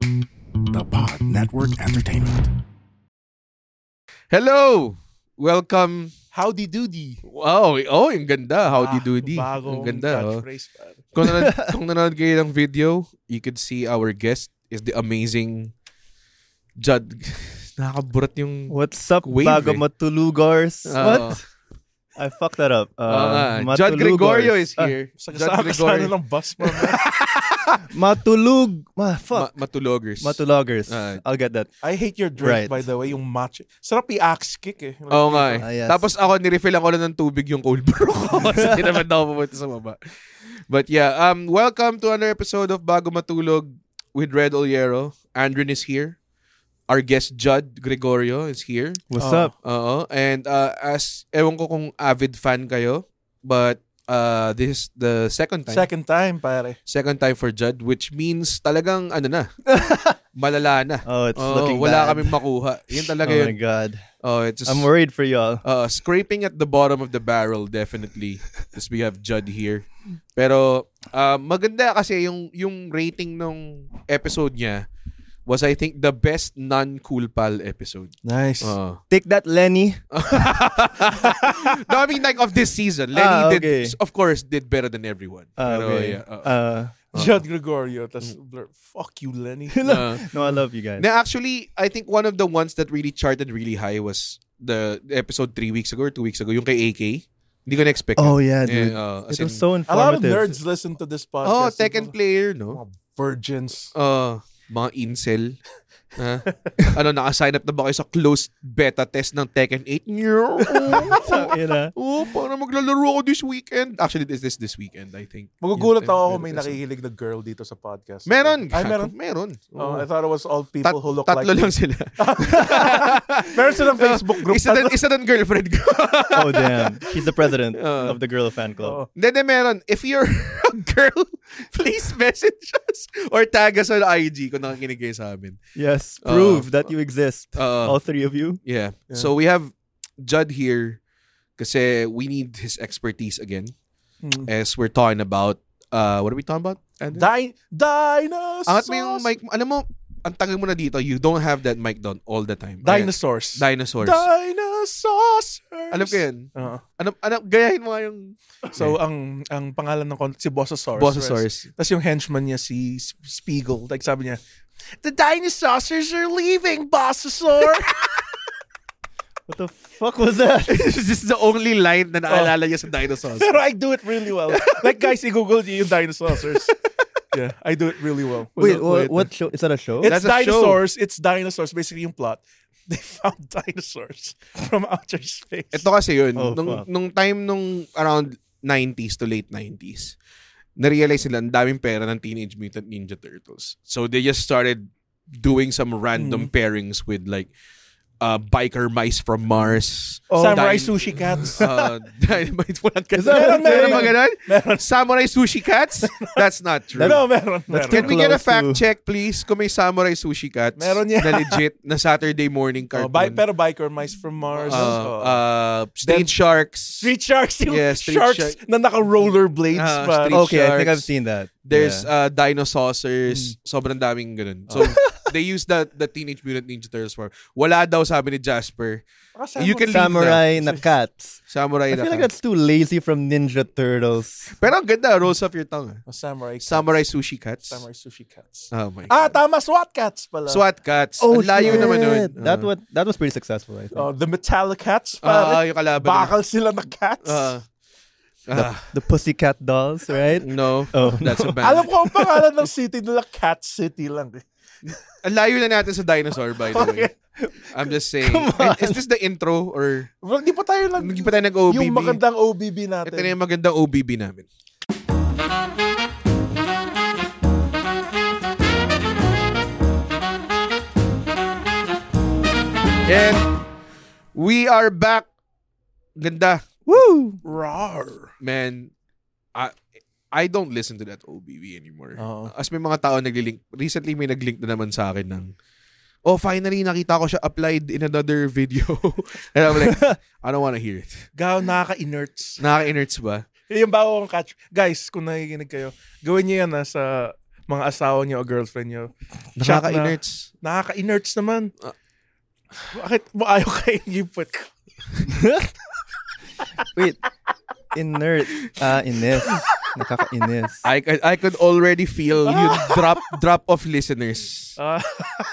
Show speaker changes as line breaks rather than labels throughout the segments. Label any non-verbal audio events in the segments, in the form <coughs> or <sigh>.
The Pod Network Entertainment.
Hello! Welcome.
Howdy doody.
Wow, oh, ang ganda. Howdy
Ah,
doody.
Bagong
Ang ganda. Oh.
catchphrase pa.
Kung,
<laughs>
nanood, kung nanood kayo ng video, you could see our guest is the amazing Judd. <laughs> Nakakaburat yung...
What's up,
Wave,
bago
eh. Ah,
matulugars?
Oo.
what? Oh. I fucked that up.
Oo nga.
Uh,
Ah, Judd
matulugars.
Gregorio is here. Judd
Sagasama Ah, sa ano
Gregorio.
ng bus mo.
Uh, Matulug. Ma, fuck.
Ma- matulogers.
Matulogers.
Ah.
I'll get that.
I hate your drink,
Right.
by the way. Yung matcha. Sarap i-axe kick eh.
Oo nga eh.
Ah, yes.
Tapos ako, nirefill ako lang ng tubig yung cold brew ko. <laughs> Kasi di naman ako pumunta sa baba. But yeah, um, welcome to another episode of Bago Matulog with Red Oliero. Andrin is here. Our guest Judd Gregorio is here.
What's
Oh.
up?
Oo. And uh, as, ewan ko kung avid fan kayo, but uh, this is the second time.
Second time, pare.
Second time for Judd, which means talagang ano
<laughs>
na, malala na.
Oh, it's
Oo,
looking
wala
bad.
kaming makuha. Yun talaga
Oh my
yun.
god.
Oh, it's just,
I'm worried for y'all.
uh, scraping at the bottom of the barrel definitely as we have Judd here. Pero uh, maganda kasi yung yung rating nung episode niya was I think the best non-cool pal episode.
Nice.
Ah.
Uh.
Take that, Lenny.
no, I mean like of this season. Lenny
Ah, okay.
did of course did better than everyone.
Ah,
Pero,
okay.
yeah, uh,
Uh,
Judd Gregorio. Tapos,
Mm.
blur, fuck you,
<laughs>
Lenny.
uh,
no, I love you guys.
na actually I think one of the ones that really charted really high was the episode three weeks ago or two weeks ago yung kay AK. Hindi ko na expect.
oh yeah, dude.
uh, as
it was
in-
so
A lot of
informative.
nerds listen to this podcast.
Oh, Tekken
Mga
player, no?
mga virgins.
Uh, mga incel. Ha? <laughs> ano, naka-sign up na ba kayo sa closed beta test ng Tekken
<laughs>
8? Nyo!
<laughs> You know?
oh, para maglalaro ako this weekend. Actually, this this this weekend, I think.
Magugulat
Yun,
ako
yun,
kung may
yun, yun.
nakikilig na girl dito sa podcast.
Meron.
Ay, meron.
Meron.
Oh,
Oo.
I thought it was all people
Tat-
who look
tatlo
like
lang
me. <laughs>
sila.
Meron
<laughs>
silang Facebook group.
isa, din, isa din girlfriend ko. <laughs>
oh damn. She's the president
Uh,
of the girl fan club.
Oh.
Hindi, hindi, meron. If you're a girl, <laughs> please message us or tag us on IG kung nakikinig kayo sa amin.
Yes,
Uh,
prove that you exist.
Uh,
All three of you.
Yeah.
Oh. Yeah.
So we have Judd here kasi we need his expertise again
Mm.
as we're talking about uh what are we talking about? And
Di- dinosaurs.
Angat mo yung mic. Alam mo, ang tagal mo na dito, you don't have that mic down all the time. Ayan.
Dinosaurs.
Dinosaurs.
Dinosaurs.
Alam ko yun.
Oo.
Ano, ano, gayahin mo nga yung
So, ang ang pangalan ng kon- si Bossosaurus.
Bossosaurus.
Tapos yung henchman niya, si S- Spiegel. Like, sabi niya, The dinosaurs are leaving, Bossosaur!
What the fuck was
<laughs>
that?
<laughs>
<laughs>
This is the only line na naalala niya sa dinosaurs.
<laughs> Pero I do it really well. <laughs> Like, guys, i-google niyo yung dinosaurs. <laughs> yeah, I do it really well.
Wait,
Wala-
what, what show? Is that a show?
It's
That's a show.
dinosaurs. It's dinosaurs. Basically, yung plot. <laughs> They found dinosaurs <laughs> from outer space.
<laughs> Ito kasi yun,
Oh,
nung,
fuck.
nung time nung around 90s to late 90s, narealize nila ang daming pera ng Teenage Mutant Ninja Turtles. So they just started doing some random pairings with like uh, biker mice from Mars.
Samurai
Dino-
sushi cats.
Uh, <laughs> dynamite, walang ganun.
that-
Meron,
Meron,
meron, ba ganun? Samurai sushi
<laughs>
cats? That's not true.
<laughs> no, meron. meron.
Can we
Close
get a fact
to-
check, please, kung may samurai sushi cats
Meron yan.
na legit na Saturday morning
Oh,
cartoon?
bi- pero biker mice from Mars.
Uh,
Oh.
uh, street
Then-
sharks.
Street sharks, yung
Yeah, street
sharks
shark.
na naka-rollerblades
Ah,
pa.
street-
okay, I think
sharks.
I've seen that.
There's
Yeah. Hmm. Oh.
uh, dinosaurs. Sobrang daming ganun. So, they use the, the Teenage Mutant Ninja Turtles for. Wala daw, sabi ni Jasper.
Baka Samurai-
you can leave
samurai na cats.
Samurai
I
na
feel like
ka.
that's too lazy from Ninja Turtles.
Pero ang ganda, rolls off your tongue. ah.
Oh, samurai, cats.
Samurai sushi cats.
samurai sushi cats.
Oh my
ah,
God.
tama, SWAT cats pala.
SWAT cats. Oh, Ang layo naman nun.
Oh, shit. That
Ah.
was that was pretty successful. I think.
Oh, the metallic cats
Ah, ah,
pala.
yung kalaban.
Bakal sila na cats.
Ah. Ah,
The Pussycat Dolls, right?
no.
Oh,
That's a band.
Alam ko ang pangalan ng city nila, Cat City lang. eh.
Ang layo na natin sa dinosaur, by the way. I'm just saying. Is this the intro or...
Well, Hindi pa tayo lang.
Hindi pa tayo nag-OBB.
Yung magandang OBB
Ito
natin.
na yung magandang OBB namin. And we are back. Ganda.
Woo!
Rawr.
Man, I I don't listen to that OBV anymore.
Oo.
As may mga tao naglilink. Recently may naglink na naman sa akin ng Oh, finally nakita ko siya applied in another video. <laughs> And I'm like, I don't wanna hear it.
Gaw, nakaka-inerts.
Nakaka-inerts ba?
Yung bago kong catch. Guys, kung nakikinig kayo, gawin niyo yan ah, sa mga asawa niyo o girlfriend niyo. Shock na.
Nakaka-inerts.
Nakaka-inerts naman.
Ah.
Bakit mo ayaw kayo inipot ko?
Wait. Inert. Ah, inis. Nakakainis.
I could I could already feel you drop drop of listeners.
Ah,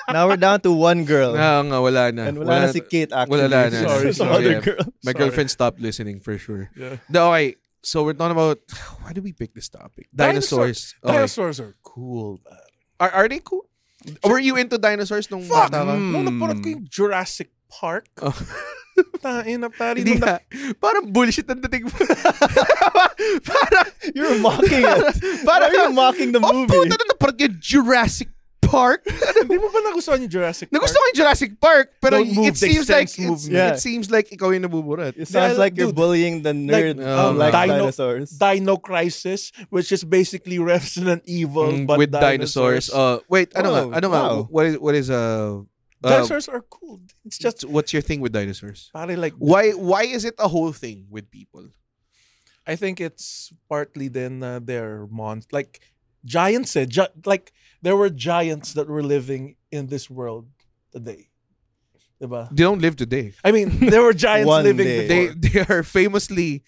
Now we're down to one girl.
Na nga Ah, wala na.
Uh, And wala, na si Kate actually.
Wala na.
Sorry,
Some
sorry.
other
Yeah.
girl.
My
Sorry.
girlfriend stopped listening for sure.
yeah.
No, okay. So we're talking about <sighs> why did we pick this topic? Dinosaurs. Okay.
Dinosaurs are cool. man.
Are, are they cool? Were you into dinosaurs nung
Fuck! Hmm.
bata ka?
Nung napunod ko yung Jurassic Park,
Hmm.
<laughs>
Oh.
tain na pari.
Hindi
Nung na-
ka. Parang bullshit ang dating <laughs> mo. parang,
You're mocking <laughs> it.
<laughs>
Why
parang,
are you mocking the
oh,
movie?
puta na naparang yung Jurassic Park.
Hindi mo ba nagustuhan yung Jurassic Park?
Nagusto ko yung Jurassic Park, pero
Don't move,
it seems
the
like
extends
it's-
movement. Yeah.
it seems like ikaw yung nabuburat.
It sounds
Yeah,
like you're
dude.
bullying the nerd
Like,
who
um,
likes
dino-
dinosaurs.
Dino Crisis, which is basically <laughs> Resident Evil
Mm,
but
with dinosaurs. Uh, wait, ano
Oh,
nga? Ano nga?
wow.
What is what is uh, uh,
dinosaurs are cool. It's
Just
just
what's your thing with dinosaurs?
pare like
Why why is it a whole thing with people?
I think it's partly then uh, their mon like giants eh, gi- like there were giants that were living in this world today. Diba?
They don't live today.
I mean, there were giants
One
living
day.
before.
They they are famously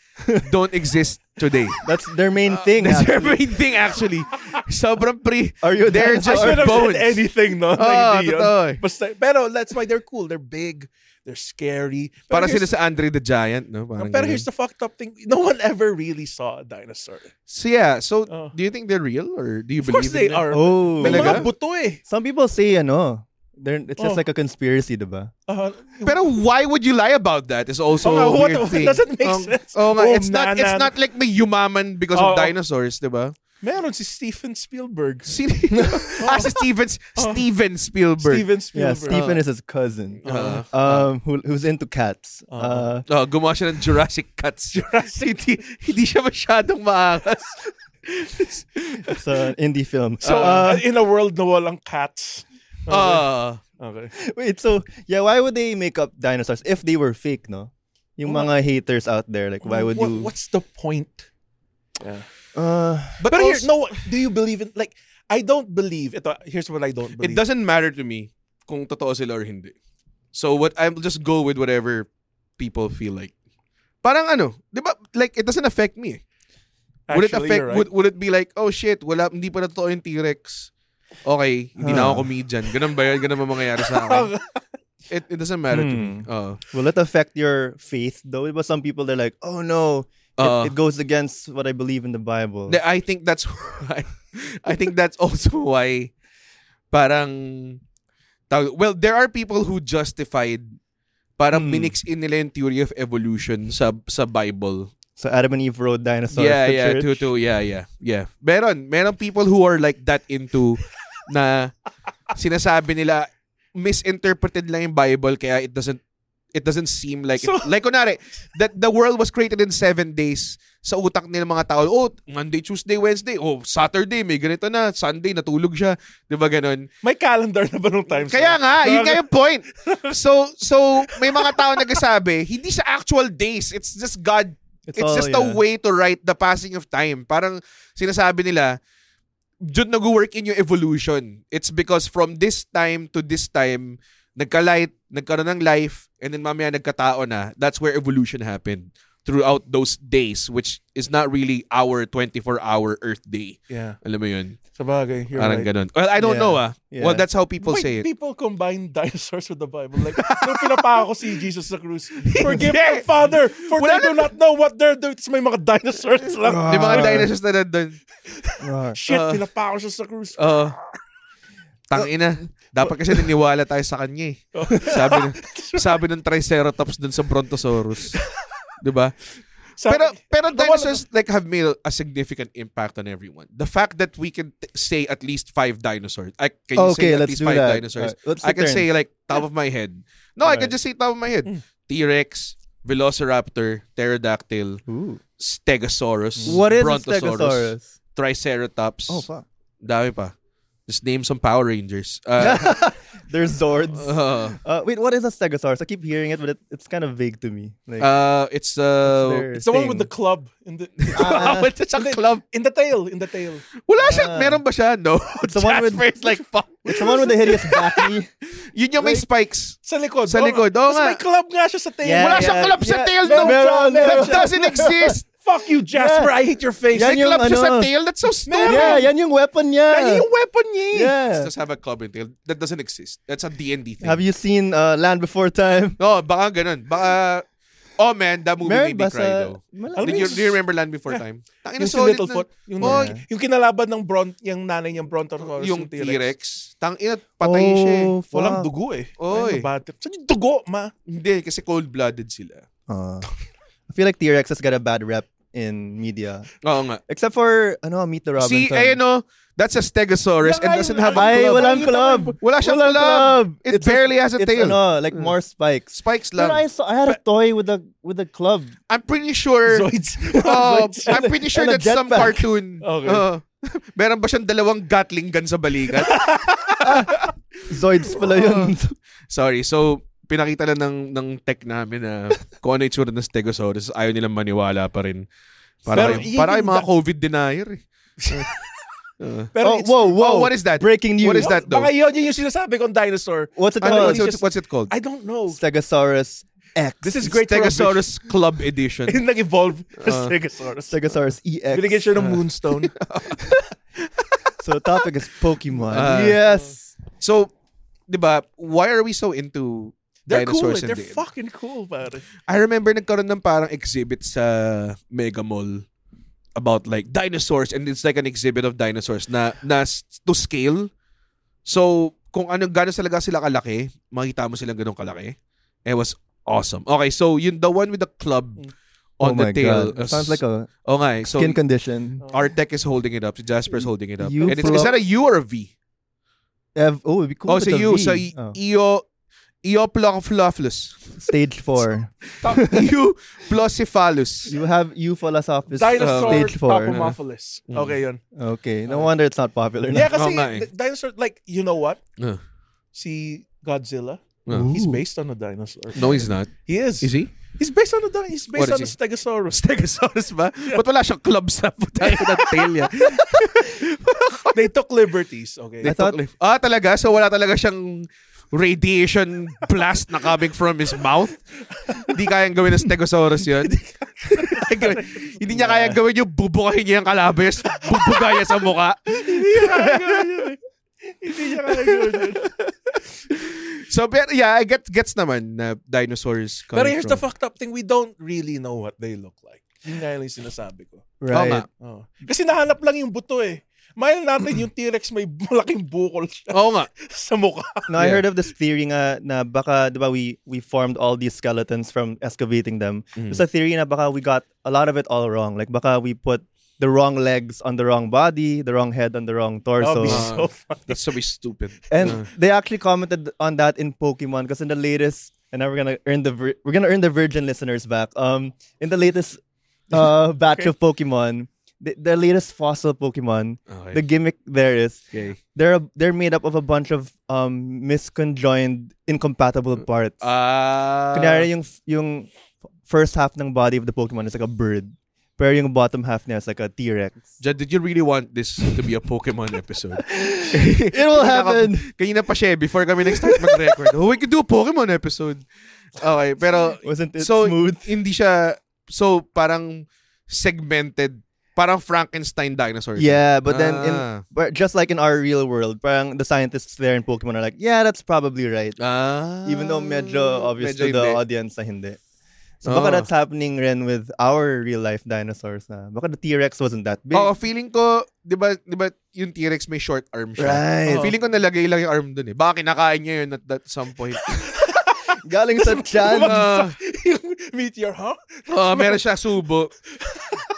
don't exist
<laughs>
today.
That's their main
<laughs>
thing.
That's their
actually.
main thing actually. Sobrang pre.
Are you a
They're
dinosaur?
just
I could have
bones.
said anything,
Ah,
no? Like, hindi yun.
totoo eh.
Basta, pero that's why they're cool. They're big. They're scary. Pero
Para sila
here's-
sa Andre the Giant, no? Parang
Pero
ganun.
here's the fucked up thing. No one ever really saw a dinosaur.
So yeah, so
Oh.
do you think they're real or do you
Of
believe
course they
in them?
are.
Oh.
May
Talaga?
mga buto eh.
Some people say, ano, they're, it's just
Oh.
like a conspiracy, diba?
Ah,
Uh,
Pero why would you lie about that? It's also a
Oh, nga, what-
weird
what
thing.
doesn't make
Um,
sense?
Oh, nga,
Oh,
it's not it's
nanan.
not like may yumaman because of
Oh, oh.
dinosaurs, 'di ba?
meron si Stephen Spielberg. <laughs>
Sino? <laughs> ah, si Stevens, Steven Spielberg.
Oh. Steven
Yeah,
Spielberg.
Stephen is his cousin.
uh-huh.
Uh,
um, who, who's into cats. Uh,
Oh, gumawa siya ng Jurassic Cuts. Jurassic. hindi, hindi siya masyadong maangas.
it's uh, an indie
<laughs>
film.
So,
Oh,
Um,
uh, in a world na walang cats.
Ah.
Okay.
Wait, so yeah, why would they make up dinosaurs if they were fake, no? Yung mga haters out there, like why would
What-
you?
What's the point?
Uh,
but
But here,
also,
no, do you believe in, like, I don't believe, ito, here's what I don't believe.
it doesn't matter to me kung totoo sila or hindi. So what I'll just go with whatever people feel like. Parang ano, 'di ba? Like it doesn't affect me. eh. Would it
Actually,
affect
you're right.
would, would it be like, "Oh shit, wala hindi pa totoo yung T-Rex." Okay, hindi na ako comedian. Ganun ba yun? Ganun ba mangyayari sa
<laughs>
akin? It, it doesn't matter to me.
Hmm.
Oo.
will it affect your faith though? But some people they're like, oh no, it,
Uh.
it goes against what I believe in the Bible.
Th- I think that's <laughs> why. I think that's also why parang tawag- well, there are people who justified parang minix in nila yung theory of evolution sa sa Bible.
so Adam and Eve rode dinosaurs.
yeah,
to
yeah,
church.
too, too, yeah, yeah, yeah. Meron, meron people who are like that into na sinasabi nila misinterpreted lang yung Bible kaya it doesn't it doesn't seem like it.
So-
like kunwari that the world was created in seven days sa utak nila mga tao oh Monday Tuesday Wednesday oh Saturday may ganito na Sunday natulog siya di ba ganun
May calendar na ba nung time?
kaya nga yun nga yung point
<laughs>
so so may mga tao nagsasabi hindi sa actual days it's just God it's,
all-
just
yeah.
a way to write the passing of time parang sinasabi nila doon nag-work in yung evolution. It's because from this time to this time, nagka-light, nagkaroon ng life, and then mamaya nagkatao na. That's where evolution happened throughout those days, which is not really our 24-hour Earth Day.
<laughs> Yeah.
Alam mo yun?
Sabagay, you're
Parang
right.
ganun. Well, I don't
Yeah.
know ah.
Yeah.
Well, that's how people
Wait,
say it.
people combine <laughs> dinosaurs with the Bible. Like, nung pinapako si Jesus sa cruz, forgive them, Father, for
Wala
they do
na-
not know what they're doing. Tapos may mga dinosaurs lang.
Yung mga
Ah.
dinosaurs na nandun.
Rawr.
Shit,
Uh,
pinapako siya sa cruz.
Oo. Tangina. Dapat kasi niniwala tayo sa kanya eh.
Oh.
Sabi, ng, sabi ng Triceratops dun sa Brontosaurus. 'Di ba?
Sabi-
pero pero
Nawala-
dinosaurs like have made a significant impact on everyone. The fact that we can t- say at least five dinosaurs. I can you
okay,
say at
let's
least
do
five
that.
dinosaurs.
Alright, what's
I
the
can
turn?
say like top of my head. No, I can
Alright.
just say top of my head.
Hmm.
Mm.
T-Rex, Velociraptor, Pterodactyl,
Ooh.
Stegosaurus,
What is a
Brontosaurus,
Stegosaurus?
Triceratops.
Oh fuck.
Dami pa. Just name some Power Rangers.
<laughs>
Uh,
There's Zords.
uh,
Uh, wait, what is a Stegosaurus? I keep hearing it, but it, it's kind of vague to me. Like,
uh, it's uh,
their
It's the one with the
thing.
club in the
Ah.
What's it sa club?
in the tail, in the tail.
Wala siya.
Ah.
Meron ba siya? No. <laughs>
It's the one with-
Jasper
<laughs>
is like, fuck.
it's the one with the
<laughs>
hideous back knee.
Yun yung may
Like-
spikes.
Sa likod.
Sa
oo
likod,
nga.
oo
Tapos
nga.
may club nga siya sa tail.
Yeah,
Wala
yeah.
siyang club sa tail, no?
Meron, meron.
That doesn't exist.
Fuck you, Jasper. I hate your
<laughs>
face.
Yan
May
yung
club siya sa
ano.
tail? That's so stupid.
yeah, yan yung weapon
Yan
niya.
yung weapon niya. eh.
Yeah.
Let's just have a club and tail. That doesn't exist. That's a D&D thing.
Have you seen uh, Land Before Time?
No, baka ganun. Baka... Oh man, that movie
Meron
made me
ba
cry
sa...
though.
Mala-
Alam
Did
mo
you,
yung-
do you remember Land
<laughs>
Before Time? Tangina,
Yung si
solid
Littlefoot.
na-
Yung,
Oh,
yung kinalaban ng Bron, yung nanay niyang Brontosaurus.
yung T-Rex. Tangina, patay siya eh.
Oh, fuck.
Walang dugo eh.
Oy.
Ay, nabati. Saan yung dugo, ma?
Hindi, kasi cold-blooded sila. <laughs>
Uh, I feel like T-Rex has got a bad rep in media.
Oo nga.
Except for, ano, Meet the Robinson.
See, ayun no, that's a Stegosaurus and
Ay,
doesn't have a
Ay,
club.
walang club.
Wala siyang
Walang
club.
club.
It barely has a
It's,
tail.
ano, like more spikes.
Spikes
Pero I,
lang.
saw, I had a toy with a with a club.
I'm pretty
<laughs>
sure... <laughs>
Zoids.
Uh,
Zoids.
I'm pretty sure
And a
that's some
jetpack.
cartoon.
<laughs> Okay.
Uh, <laughs> meron ba siyang dalawang Gatling gun sa
<laughs>
balikat?
Zoids
Oh.
pala
<laughs>
yun.
Sorry, so pinakita lang ng, ng tech namin na kung ano yung tsura ng Stegosaurus, ayaw nilang maniwala pa rin. Para,
Pero
kayo,
yun
para kayong
yung
mga
da-
COVID denier. eh. Uh,
oh,
Pero it's-
whoa, whoa.
oh, what is that?
Breaking news.
What is that though?
Baka yun yun yung sinasabi kong dinosaur.
What's it
Ano,
called?
what's, what's, what's it called?
I don't know. <laughs>
Stegosaurus X.
This is great
Stegosaurus Club
<laughs>
Edition.
Yung nag-evolve na
Uh,
Stegosaurus.
Stegosaurus E EX.
Binigyan siya ng
<laughs>
moonstone.
So the topic is Pokemon.
Uh,
yes.
So, 'di ba, why are we so into
They're cool.
dinosaurs
eh.
and
They're
the-
fucking cool, pare.
I remember nagkaroon ng parang exhibit sa Mega Mall about like dinosaurs and it's like an exhibit of dinosaurs na, na s- to scale. So, kung ano gano'n talaga sila kalaki, makita mo silang ganun kalaki. It was awesome. Okay, so yun the one with the club
Mm.
on
oh
the
my
tail.
God. It sounds like a Oh.
Oh nga, so
skin condition.
our tech is holding it up. Si Jasper is holding it up.
You
and it's, is
plug-
that a U or a V?
Ev- oh, it'd be cool
Oh,
if
so
it's a
U.
V.
So,
Oh.
Eo, Eo Plofluffless.
Stage
<laughs>
4.
you plosiphallus.
You have Euphalosophus
Dinosaur
stage 4.
Papomophilus.
Mm.
Okay, yun.
Okay, no wonder it's not popular now.
Yeah, kasi
Oo nga eh.
the dinosaur, like, you know what?
Uh,
Si Godzilla,
uh.
he's based on a dinosaur.
No, he's not.
He is.
he?
He's based on a di- he's based
What
on a
is
stegosaurus.
<laughs> Stegosaurus ba? Ba't wala siyang club sa putay ng tail niya?
<laughs> they took liberties, okay?
<laughs> I
<laughs>
thought
ah, talaga? So wala talaga siyang radiation blast na coming from his mouth? Hindi kayang gawin ng Stegosaurus yun? <laughs> Hindi niya kayang gawin yung bubukahin niya yung kalabes, bubugay niya sa muka.
Hindi niya kaya yun.
So, pero yeah, I get, gets naman na dinosaurs
Pero here's the fucked up thing, we don't really know what they look like. Yun nga yung sinasabi ko.
right.
Oh. Kasi nahanap lang yung buto eh. Mayan natin yung T-Rex may <laughs> malaking bukol siya
Oo nga.
<laughs> sa mukha.
No, I
Yeah.
heard of this theory nga na baka, di ba, we, we formed all these skeletons from excavating them. There's a theory na baka we got a lot of it all wrong. Like baka we put the wrong legs on the wrong body, the wrong head on the wrong
That'd
torso.
be
Ah.
so fun.
That's so stupid.
And they actually commented on that in Pokemon because in the latest, and now we're gonna earn the vir- we're gonna earn the Virgin listeners back. Um, in the latest uh batch of Pokemon, the, the latest fossil Pokemon,
Okay.
the gimmick there is
Okay.
they're a, they're made up of a bunch of um misconjoined incompatible parts.
Ah.
Kunyari yung yung first half ng body of the Pokemon is like a bird, pero yung bottom half niya is like a <laughs> T-Rex.
Jad, did you really want this to be a Pokemon episode?
It will happen.
<laughs> Kanina pa siya eh, before kami nag-start mag-record. Oh, we could do a Pokemon episode. Okay, pero
Wasn't it
so
smooth?
hindi siya so parang segmented, parang Frankenstein dinosaur.
Yeah, but then in
Ah.
but just like in our real world, parang the scientists there in Pokemon are like, yeah, that's probably right.
Ah.
Even though medyo obvious
Medyo
to the
hindi.
audience na hindi. So
Oh.
baka that's happening rin with our real life dinosaurs na. Baka the T-Rex wasn't that big.
Oo, feeling ko, 'di ba, 'di ba yung T-Rex may short arm siya.
Right.
Feeling ko nalagay lang yung arm dun eh. Baka kinakain niya yun at that some point. <laughs>
Galing sa chan.
Ah,
<laughs> yung meteor, huh? <laughs>
Oo, Ah, meron siya subo.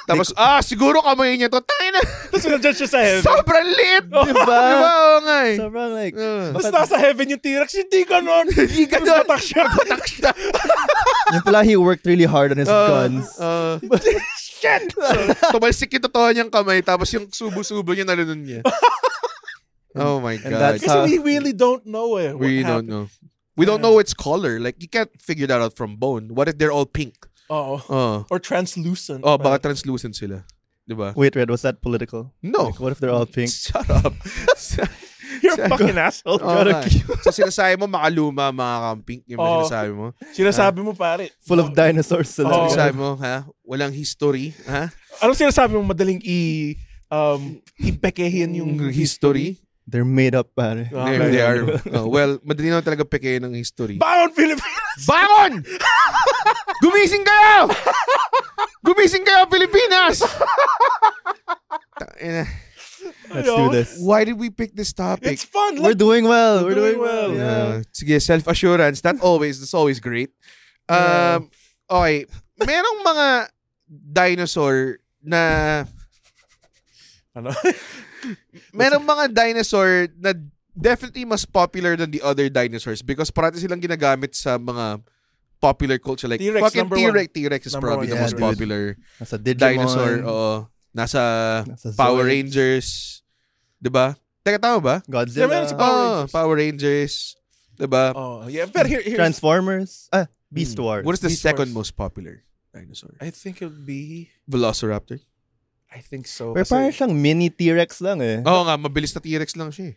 Tapos, ah, siguro kamay niya to. Tayo na.
Eh,
Tapos nandiyan siya sa heaven.
Sobrang lit.
Diba?
Diba? Oo nga eh.
Sobrang like,
Ah.
Tapos nasa heaven yung T-Rex, hindi
<laughs>
ganon. Hindi
ganon. <laughs>
Batak siya.
Patak siya.
yun pala he worked really hard on his guns. <laughs>
Uh, Shit! Tumalsik yung totoo niyang kamay tapos yung subo-subo niya nalunod
<laughs>
niya. oh my
and
God.
that's-
Kasi we really don't know eh.
We don't know. We don't know its color. Like, you can't figure that out from bone. What if they're all pink?
Oo.
Ah.
Oh,
Or translucent.
oh baka translucent sila. Diba?
Wait, Red, was that political?
No.
Like, what if they're all
<laughs>
pink?
Shut
<laughs>
up.
You're a fucking asshole.
oh,
Gotta
nga. <laughs> so, sinasabi mo, makaluma, mga kamping. Yung
Oo.
sinasabi mo.
Sinasabi mo pare.
Full of dinosaurs. sa
Oo.
loob.
Sinasabi mo, ha? Walang history, ha?
Anong sinasabi mo madaling i um ipekehin yung
Mm,
Yung history.
They're made up, pare.
Hmm. Ah.
They,
Okay.
they are. oh, well, madali naman talaga peke ng history.
Bangon Pilipinas!
Bangon! <laughs> Gumising kayo! Gumising kayo, Pilipinas! Ta- ina.
Let's do this.
Why did we pick this topic?
Ano? It's fun.
We're
Like,
doing well. We're,
doing
doing, well.
well.
Yeah.
Uh, sige, self-assurance. That always, that's always great. Um, okay. Merong mga dinosaur na...
ano? <laughs>
Merong mga dinosaur na definitely mas popular than the other dinosaurs because parati silang ginagamit sa mga popular culture. Like,
T-Rex,
fucking
number one.
T-Rex, T-Rex is
Number
probably
one,
the
yeah,
most
dude.
popular
Nasa Digimon.
dinosaur. Oo. Nasa,
Nasa
Power
Zoids.
Rangers. 'Di ba? Teka, tama ba?
Godzilla.
Yeah, meron sa- Power
Power,
Rangers.
Power Rangers. 'Di ba?
Oh, yeah. But here, here's,
Transformers. Ah, Beast Wars.
Hmm. What is the
Beast
second most
Wars.
popular dinosaur?
I think it would be...
Velociraptor.
I think so.
Pero
Kasi-
parang siyang mini T-Rex lang eh.
Oo nga, mabilis na T-Rex lang siya eh.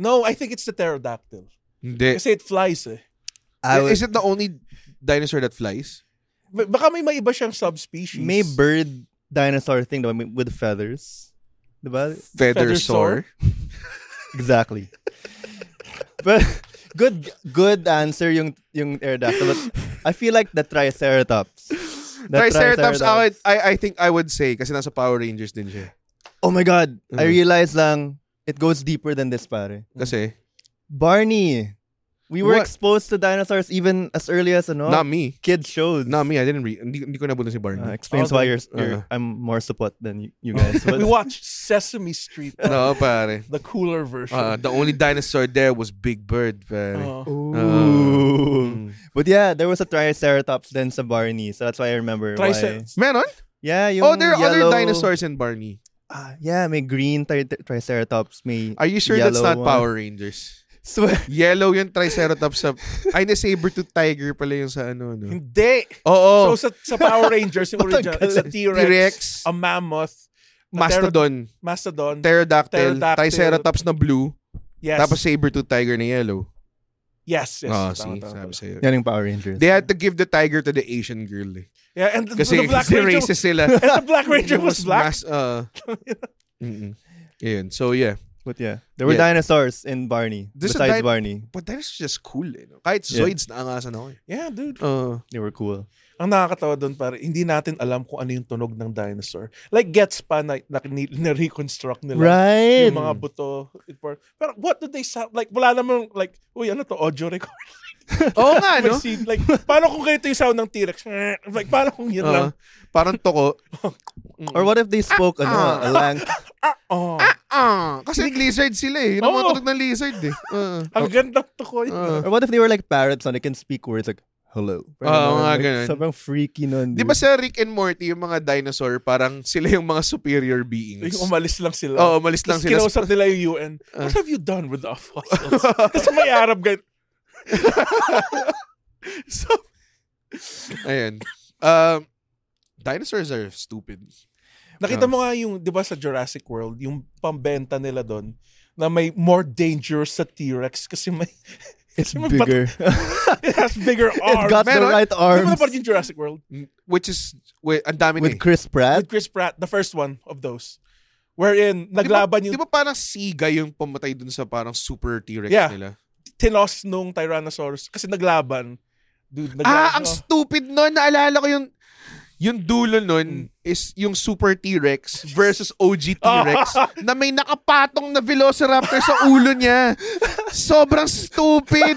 no, I think it's the pterodactyl.
Hindi.
Kasi it flies eh.
I would-
Is it the only dinosaur that flies?
Ba- Baka may maiba siyang subspecies.
May bird dinosaur thing diba? May- with feathers.
<laughs>
Diba?
Feathersaur.
Feathersaur?
Exactly. but good good answer yung yung pterodactyl. But I feel like the triceratops. The
Triceratops, I, would- I, I think I would say kasi nasa Power Rangers din siya.
Oh my god, I
Mm.
realized lang it goes deeper than this pare.
Kasi,
Barney. We were
What?
exposed to dinosaurs even as early as
Hmm.
ano,
Oh.
not me.
kid shows.
Not me, I didn't read. Hindi, hindi ko nabunan si Barney.
Uh,
Ah,
explains why you're, you're
Uh.
I'm more support than you, you guys. But
<laughs> We watched Sesame Street.
<laughs>
uh,
no, pare.
The cooler version.
Uh, the only dinosaur there was Big Bird, pare. Hmm.
Oh.
Ooh. Um, But yeah, there was a triceratops then sa Barney. So that's why I remember why.
Triceratops.
Meron?
Yeah, yung
Oh, there are
yellow-
other dinosaurs in Barney.
Ah, yeah, may green tri- tri- triceratops, may
Are you sure that's
yellow
not
one.
Power Rangers?
Swear.
Yellow yung Triceratops sa... <laughs> Ay, na saber-tooth tiger pala yung sa ano, ano.
Hindi.
Oo,
So sa, sa Power Rangers, yung original,
Matanggal.
sa T-Rex,
Oh. T-Rex,
a mammoth, a
mastodon,
ptero- mastodon,
pterodactyl,
pterodactyl.
Triceratops na blue,
yes,
tapos saber-tooth tiger na yellow.
yes, yes.
Ah,
tama,
see,
tama,
sabi
tama.
sa'yo.
<laughs> Yan yung Power Rangers.
They had to give the tiger to the Asian girl eh.
Yeah, and the,
Kasi, <laughs>
the Black
kasi
Ranger,
racist sila.
and <laughs> the Black Ranger was black.
Mas,
<laughs>
uh, mm-mm. Ayun, so yeah.
But yeah, there were
Yeah.
dinosaurs in Barney.
There's a
besides
di-
Barney,
But that is just cool eh. No? Kahit
Yeah.
Zoids, naangasan ako eh.
Yeah, dude.
Uh,
they were cool.
Ang nakakatawa doon pare, hindi natin alam kung ano yung tunog ng dinosaur. Like gets pa na, na, na reconstruct nila.
Right.
Yung mga buto. It par- Pero what do they sound like? Wala namang like, uy, ano to, audio record?
Oo nga,
May
no?
scene, like, paano kung ganito yung sound ng T-Rex? Like, paano kung yun
Uh,
lang?
parang toko.
Or what if they spoke ano, a lang
Oh.
Ah, kasi lizard sila eh. Yun ang mga
Oo.
tunog ng lizard
<laughs>
eh. Uh,
Ang ganda to ko.
uh.
Or what if they were like parrots and they can speak words like hello? Parang
Oo,
ganun,
Ah, mga
like,
ganun.
Sobrang freaky nun.
Di
dude.
ba sa Rick and Morty, yung mga dinosaur, parang sila yung mga superior beings.
Yung umalis lang sila.
Oo, Oh, umalis lang
Tapos
sila. Uh-huh.
kinausap nila yung UN. What have you done with our fossils? Tapos may Arab
<laughs>
guy.
so, ayun. Um, dinosaurs are stupid.
Nakita mo nga yung, di ba sa Jurassic World, yung pambenta nila doon, na may more dangerous sa T-Rex kasi may <laughs>
It's
Kasi may
bigger. <laughs>
it has bigger
It
arms.
got the
Meron?
right
Di ba
arms
napanood yung Jurassic World?
Mm, Which is, wait, ang dami na
with
eh.
Chris Pratt.
With Chris Pratt, the first one of those. Wherein,
Di ba-
naglaban
Di
yung
ba parang siga yung pumatay dun sa parang super T-Rex
Yeah.
nila?
tinos nung Tyrannosaurus kasi naglaban. Dude, naglaban.
Ah, ang
Oh.
stupid nun. Naalala ko yung yung dulo nun is yung Super T-Rex versus OG T-Rex <laughs> na may <laughs> nakapatong na Velociraptor sa ulo niya. Sobrang stupid.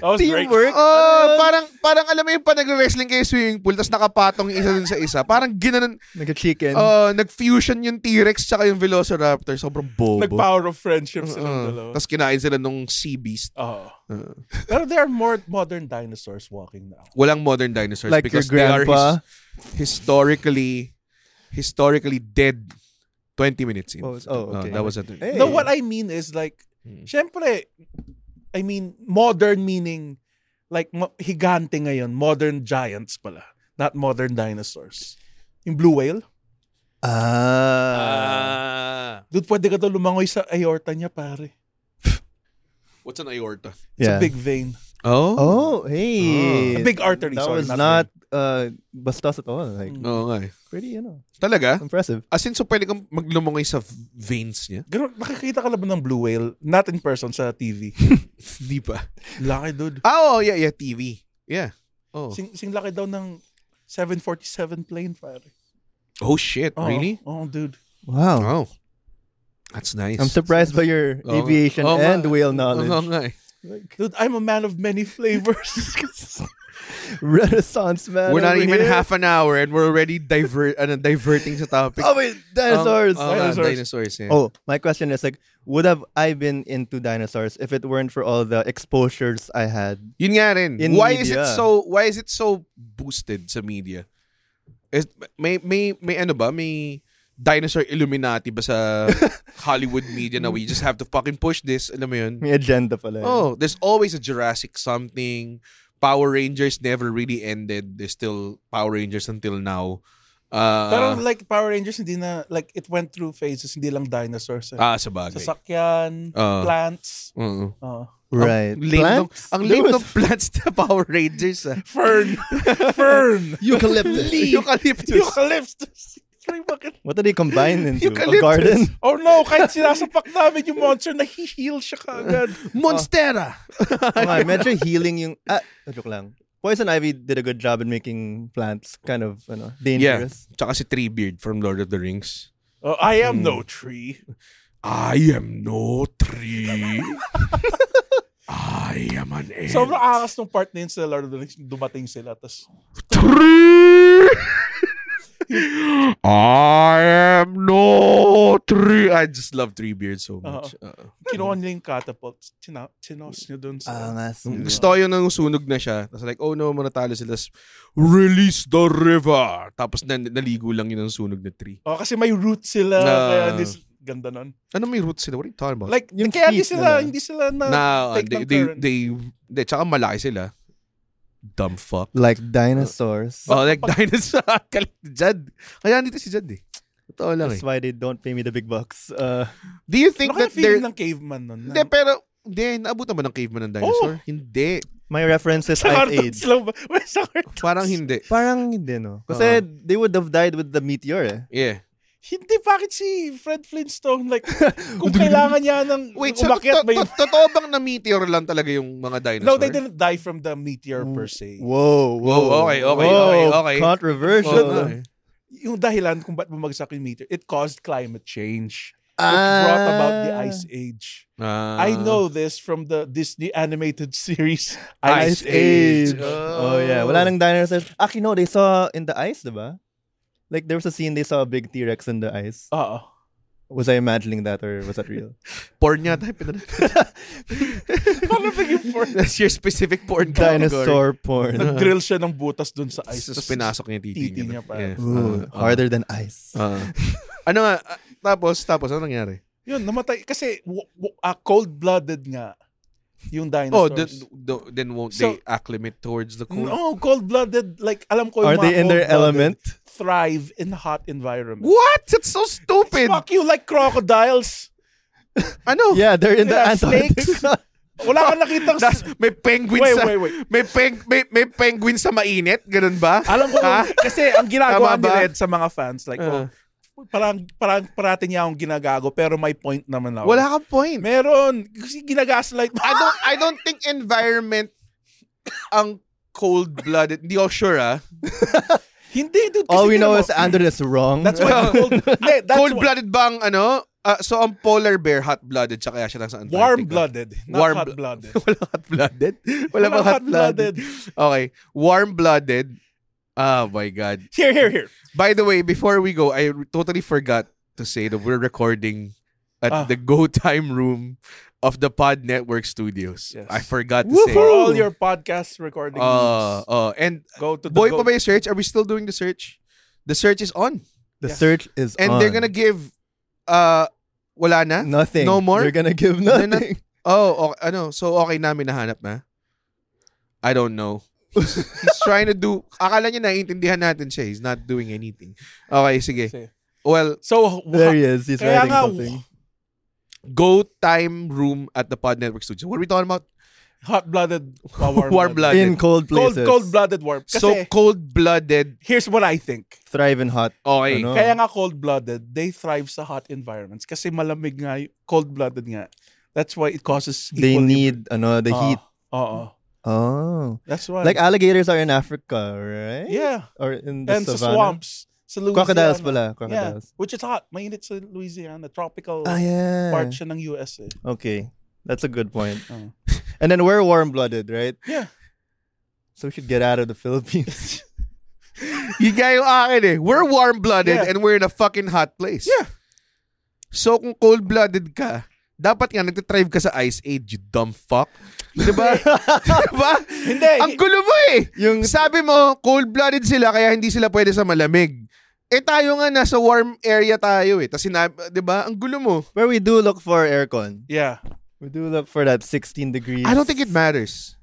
That was great.
Teamwork.
Oh, parang parang alam mo yung pa nagre-wrestling kayo sa swimming pool tapos nakapatong yung isa dun sa isa. Parang ginanon,
Nag-chicken.
oh, nag-fusion yung T-Rex tsaka yung Velociraptor. Sobrang bobo.
Nag-power of friendship silang dalawa.
Uh, tapos kinain sila nung sea beast.
Oo.
Uh,
Pero there are more modern dinosaurs walking now.
walang modern dinosaurs
like your
because they are
grandpa.
his- historically historically dead 20 minutes in.
Oh, oh, okay.
Uh, that was a
Hey.
No, what I mean is like,
Hmm.
syempre, I mean, modern meaning, like, mo- higante ngayon, modern giants pala, not modern dinosaurs. Yung blue whale, Uh,
Ah.
Ah.
dude, pwede ka to lumangoy sa aorta niya, pare.
What's an aorta?
It's
yeah.
a big vein.
Oh.
Oh, hey.
A big artery,
That
sorry.
was not uh, bastos at all. Like,
Mm.
Oo nga eh.
pretty, you
<laughs>
know,
Talaga?
impressive.
As in, so pwede kang maglumungoy sa veins niya? <laughs>
Ganun, nakakita ka lang ba ng blue whale? Not in person, sa TV.
Di ba?
Laki, dude.
Ah, oh, yeah, yeah, TV. Yeah. Oh,
Sing, sing laki daw ng 747 plane, pare.
oh shit,
Oo.
really?
Oo, dude.
Wow.
Oh. That's nice.
I'm surprised by your
Oo nga.
aviation
Oo nga.
and whale
Oo
knowledge.
nga eh.
Dude, I'm a man of many
<laughs>
flavors.
<laughs>
<laughs>
Renaissance man.
We're not
over
even
here.
half an hour and we're already diver- ano, diverting sa topic.
Oh wait, dinosaurs.
Ang- ang-
Dinosaurs.
uh, dinosaurs, yeah.
Oh, my question is like, would have I been into dinosaurs if it weren't for all the exposures I had?
Yun nga rin.
In
why is it
media.
so why is it so boosted sa media? Is, may may may ano ba? May dinosaur Illuminati ba <laughs> sa Hollywood media na we just have to fucking push this? Alam mo yun?
May agenda pala.
Oh, there's always a Jurassic something. Power Rangers never really ended. There's still Power Rangers until now. Uh,
Pero like Power Rangers, hindi na, like it went through phases, hindi lang dinosaurs. Eh.
ah, sa bagay.
Sasakyan,
Ah.
plants,
Oo.
uh,
right.
Ang lame ng,
Plants?
ang lame
There
ng
was
plants na Power Rangers. Ah. <laughs>
fern, fern,
eucalyptus.
Eucalyptus.
eucalyptus. <laughs> Ay, bakit?
What do they
<laughs>
combine into? A
Eucalyptus.
garden?
Oh no, kahit sinasapak namin yung monster, nahiheal siya kaagad.
<laughs> Monstera.
Oh, <laughs> I medyo healing yung ah, joke lang. Poison Ivy did a good job in making plants kind of ano,
Yeah.
dangerous.
Tsaka si Treebeard from Lord of the Rings.
Oh, I am
Hmm.
no tree.
I am no tree. I am an ant.
Sobrang angas nung part na yun sa Lord of the Rings, dumating sila. Tapos,
tree. I am no tree. I just love Three Beard so much. Uh-uh. Uh-oh.
Uh-huh. kinuha nila yung catapult, tina- tinos niya dun sa...
Ah,
Angas.
Gusto ko yung nangusunog na siya. Tapos like, oh no, manatalo sila. Tapos, Release the river! Tapos nan- naligo lang yun ang sunog na tree.
oh, kasi may root sila.
Na-
Kaya this, ganda nun.
Ano may roots sila? What are you talking about?
Like, uh,
Yung
kaya hindi
feet
sila,
nila.
hindi sila na...
na,
take
they,
ng Ano
they,
current.
they, they, tsaka malaki sila. Dumb fuck.
Like dinosaurs.
Oh, like dinosaur. <laughs> Kalit ni Jad. Kaya nandito si Jad eh. Totoo lang eh.
That's why they don't pay me the big bucks. Uh,
Do you think
ano kaya
that they're...
feeling ng caveman nun?
Hindi, pero... Hindi, naabutan ba ng caveman ng
Oh!
dinosaur? Hindi.
my references
sa
Ice
cartoons
Age.
lang ba? Wait, sa cartoons.
Parang hindi.
Parang hindi, no? Kasi
Oo.
Uh-huh.
they would have died with the meteor, eh.
Yeah.
Hindi, bakit si Fred Flintstone,
<laughs>
like, kung kailangan niya ng
Wait, so,
umakyat,
to-
may...
to- totoo bang na meteor lang talaga yung mga dinosaur?
No, they didn't die from the meteor
Mm.
per se.
Whoa, whoa.
Whoa, okay, okay,
whoa,
okay, okay.
Controversial.
Oo nga eh.
Yung dahilan kung ba't bumagsak yung meteor, it caused climate change.
Ah.
It brought about the Ice Age.
Ah.
I know this from the Disney animated <laughs> series
Ice,
Ice,
Age.
Age.
Oh. yeah. Wala nang dinosaurs. Actually, no, they saw in the ice, diba? Like, there was a scene they saw a big T-Rex in the ice.
Oo.
Was I imagining that or was that real?
Porn niya tayo
<laughs>
pinanood. <laughs>
Parang naging for
That's your specific porn category.
Dinosaur porn.
Nag-drill siya ng butas dun sa ice.
Tapos pinasok niya yung titi,
Titi niya pa.
Yeah.
Ooh,
Ah, ah,
harder than ice.
ah. ano nga, ah, tapos, tapos, ano nangyari?
Yun, namatay. Kasi w- w- ah, cold-blooded nga yung
Oh,
dinosaurs.
then, th- then won't
So-
they acclimate towards the cold?
No, oh, cold-blooded. Like, alam ko
Are
yung mga
they in their element?
cold-blooded Thrive in hot environment.
What? That's so stupid.
Fuck you, like crocodiles.
Ano?
Yeah, they're in the
Yeah,
Antarctic.
Wala kang nakitang...
Das, may penguin
Wait,
sa
wait, wait.
May, peng, may, may penguin sa mainit, ganun ba?
Alam <laughs> ko,
Ha?
kasi ang ginagawa
Tama ba?
ni Red sa mga fans, like,
Uh.
oh, parang, parang parating niya akong ginagago, pero may point naman ako.
Wala kang point.
Meron. Kasi ginagaslight.
I don't I don't think environment <coughs> ang cold-blooded. Hindi ako sure, ah.
<laughs> Hindi, dude. Kasi
<laughs> All we know
tingnan mo,
is Andrew is wrong. <laughs>
That's why cold... Hindi, that's why-
Cold-blooded ba ang ano? Ah, so ang polar bear hot-blooded tsaka kaya siya lang sa Antarctica.
Warm-blooded, not
Warm-
<laughs>
hot-blooded.
Wala hot-blooded? Wala
Wala
bang hot-blooded?
hot-blooded.
okay. Warm-blooded. Oh my God.
<laughs> here, here, here.
By the way, before we go, I r- totally forgot to say that we're recording at
Ah.
the Go Time Room of the Pod Network Studios.
Yes.
I forgot to say.
For all your podcast recording
Uh,
needs,
uh, and
go to the
boy pa
go-
ba yung search? Are we still doing the search? The search is on.
The
Yes.
search is on.
And they're gonna give uh wala na?
nothing.
No more?
They're gonna give
They're
nothing. <laughs>
not- Oh, okay, ano, so okay namin nahanap na. I don't
<laughs>
know. He's, he's trying to do akala niya naiintindihan natin siya. He's not doing anything. Okay, sige.
Sige.
Well,
So,
There he is. He's
Kaya
writing
nga,
something.
go time room at the Pod Network Studio. What are we talking about?
hot-blooded,
<laughs>
uh, warm-blooded.
Warm-blooded.
In cold
Cold,
places.
cold-blooded warm. Kasi,
so cold-blooded.
here's what I think.
Thrive in hot.
Okay.
Ano?
Kaya nga cold-blooded, they thrive sa hot environments. Kasi malamig nga, y- cold-blooded nga. That's why it causes
They
equal-
need ano, the
Ah,
heat.
Oo.
Oh.
That's why.
Like alligators are in Africa, right?
yeah.
Or in the
And sa
savannah.
swamps. Sa Louisiana.
Crocodiles pala.
Yeah.
Crocodiles.
Which is hot. Mainit sa Louisiana. Tropical
Ah, yeah.
part siya ng US eh.
Okay. That's a good point.
Oh.
<laughs> And then we're warm blooded, right?
Yeah.
So we should get out of the Philippines. <laughs>
Yun nga yung akin eh. We're warm-blooded
Yeah.
and we're in a fucking hot place.
Yeah.
So kung cold-blooded ka, dapat nga nagtitrive ka sa Ice Age, you dumb fuck.
<laughs>
Diba? diba?
Hindi.
Ang gulo mo eh.
Yung
Sabi mo, cold-blooded sila kaya hindi sila pwede sa malamig. Eh tayo nga nasa warm area tayo eh. Tapos sinabi, 'di ba? Ang gulo mo.
where we do look for aircon.
Yeah.
We do look for that 16 degrees.
I don't think it matters.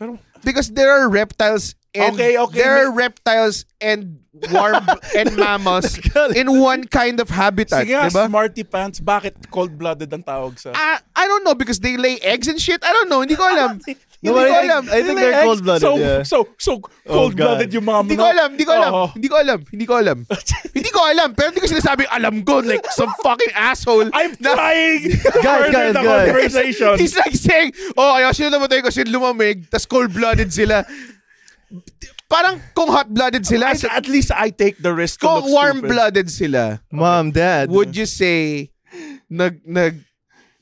Pero,
Because there are reptiles and
Okay, okay.
there are reptiles and
<laughs>
warm and mammals in one kind of habitat,
sige nga,
'di ba?
smarty pants, bakit cold-blooded ang tawag sa...
diba?
<laughs>
Ah, I don't know because they lay eggs and shit. I don't know. Hindi ko alam.
No,
hindi
but
ko
I think-
alam.
I think they're
Relax.
cold-blooded,
So,
yeah.
so, so,
Oh,
cold-blooded
God.
yung Oh. mom.
Hindi ko alam, hindi ko alam, <laughs>
Oo.
hindi ko alam, hindi ko alam. Hindi ko alam, pero hindi ko sinasabi alam ko like some fucking asshole.
I'm trying to
Guys,
further
guys,
the
guys.
<laughs> conversation.
He's like saying, oh, ayaw sila namatay kasi lumamig, tas cold-blooded sila. Parang kung hot-blooded sila,
I-
sa-
at least I take the risk to
kung
look stupid.
warm-blooded sila,
Mom, dad.
Diba?
would you say, nag, nag,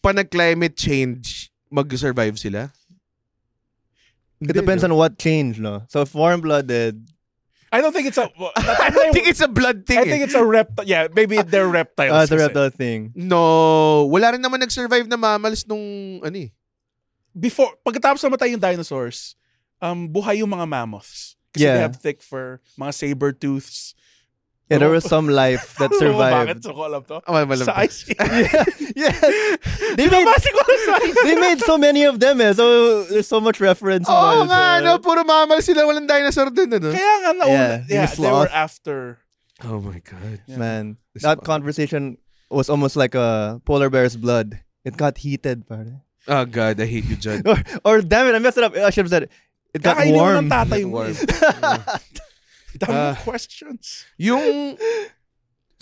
pa nag-climate change, mag-survive sila?
it depends on what change, no? So if warm blooded,
I don't think it's a...
I don't think it's a blood thing.
I
eh.
think it's a reptile. Yeah, maybe they're reptiles.
uh, the
kasi.
reptile thing.
No, wala rin naman nag-survive na mammals nung, ano eh.
Before, pagkatapos namatay yung dinosaurs, um, buhay yung mga mammoths. Kasi they
Yeah.
have thick fur, mga saber tooths. Oh.
Yeah, there was some
<laughs>
life that
Bakit?
survived.
So, ko alam to.
Ah, wala-
Sa
<laughs>
ice. <laughs>
yeah, yes. They made,
Binabasa ko lang sa ice.
<laughs> they made so many of them, eh. So there's so much reference.
Oo
noise, eh.
nga, Oh, no, puro mammal sila, walang dinosaur dun, ano?
Kaya nga
Yeah,
nauna. Yeah,
yung
they
sloth.
were after.
Oh my God.
Man,
This
that
fuck.
conversation was almost like a polar bear's blood. It got heated, pare. <laughs>
Oh God, I hate you, Judd.
Or, or damn it, I messed it up. I should have said it. It got
Kakainin mo ng
warm. Mm.
tatay
Got
mo.
warm.
<laughs> eh. Dami
Ah.
mong questions.
Yung,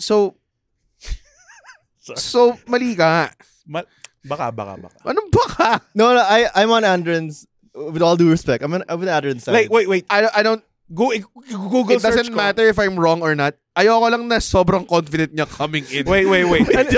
so,
<laughs> Sorry.
so, mali ka.
Ma- baka, baka, baka.
Anong ba ka?
No, no, I, I'm on Andron's. With all due respect, I'm on, I'm on Andron's side.
Like, wait, wait.
I, don't- I don't,
Go, Google
it doesn't
search ko.
matter if I'm wrong or not. Ayoko lang na sobrang confident niya coming in.
Wait, wait,
<laughs>
wait.
like,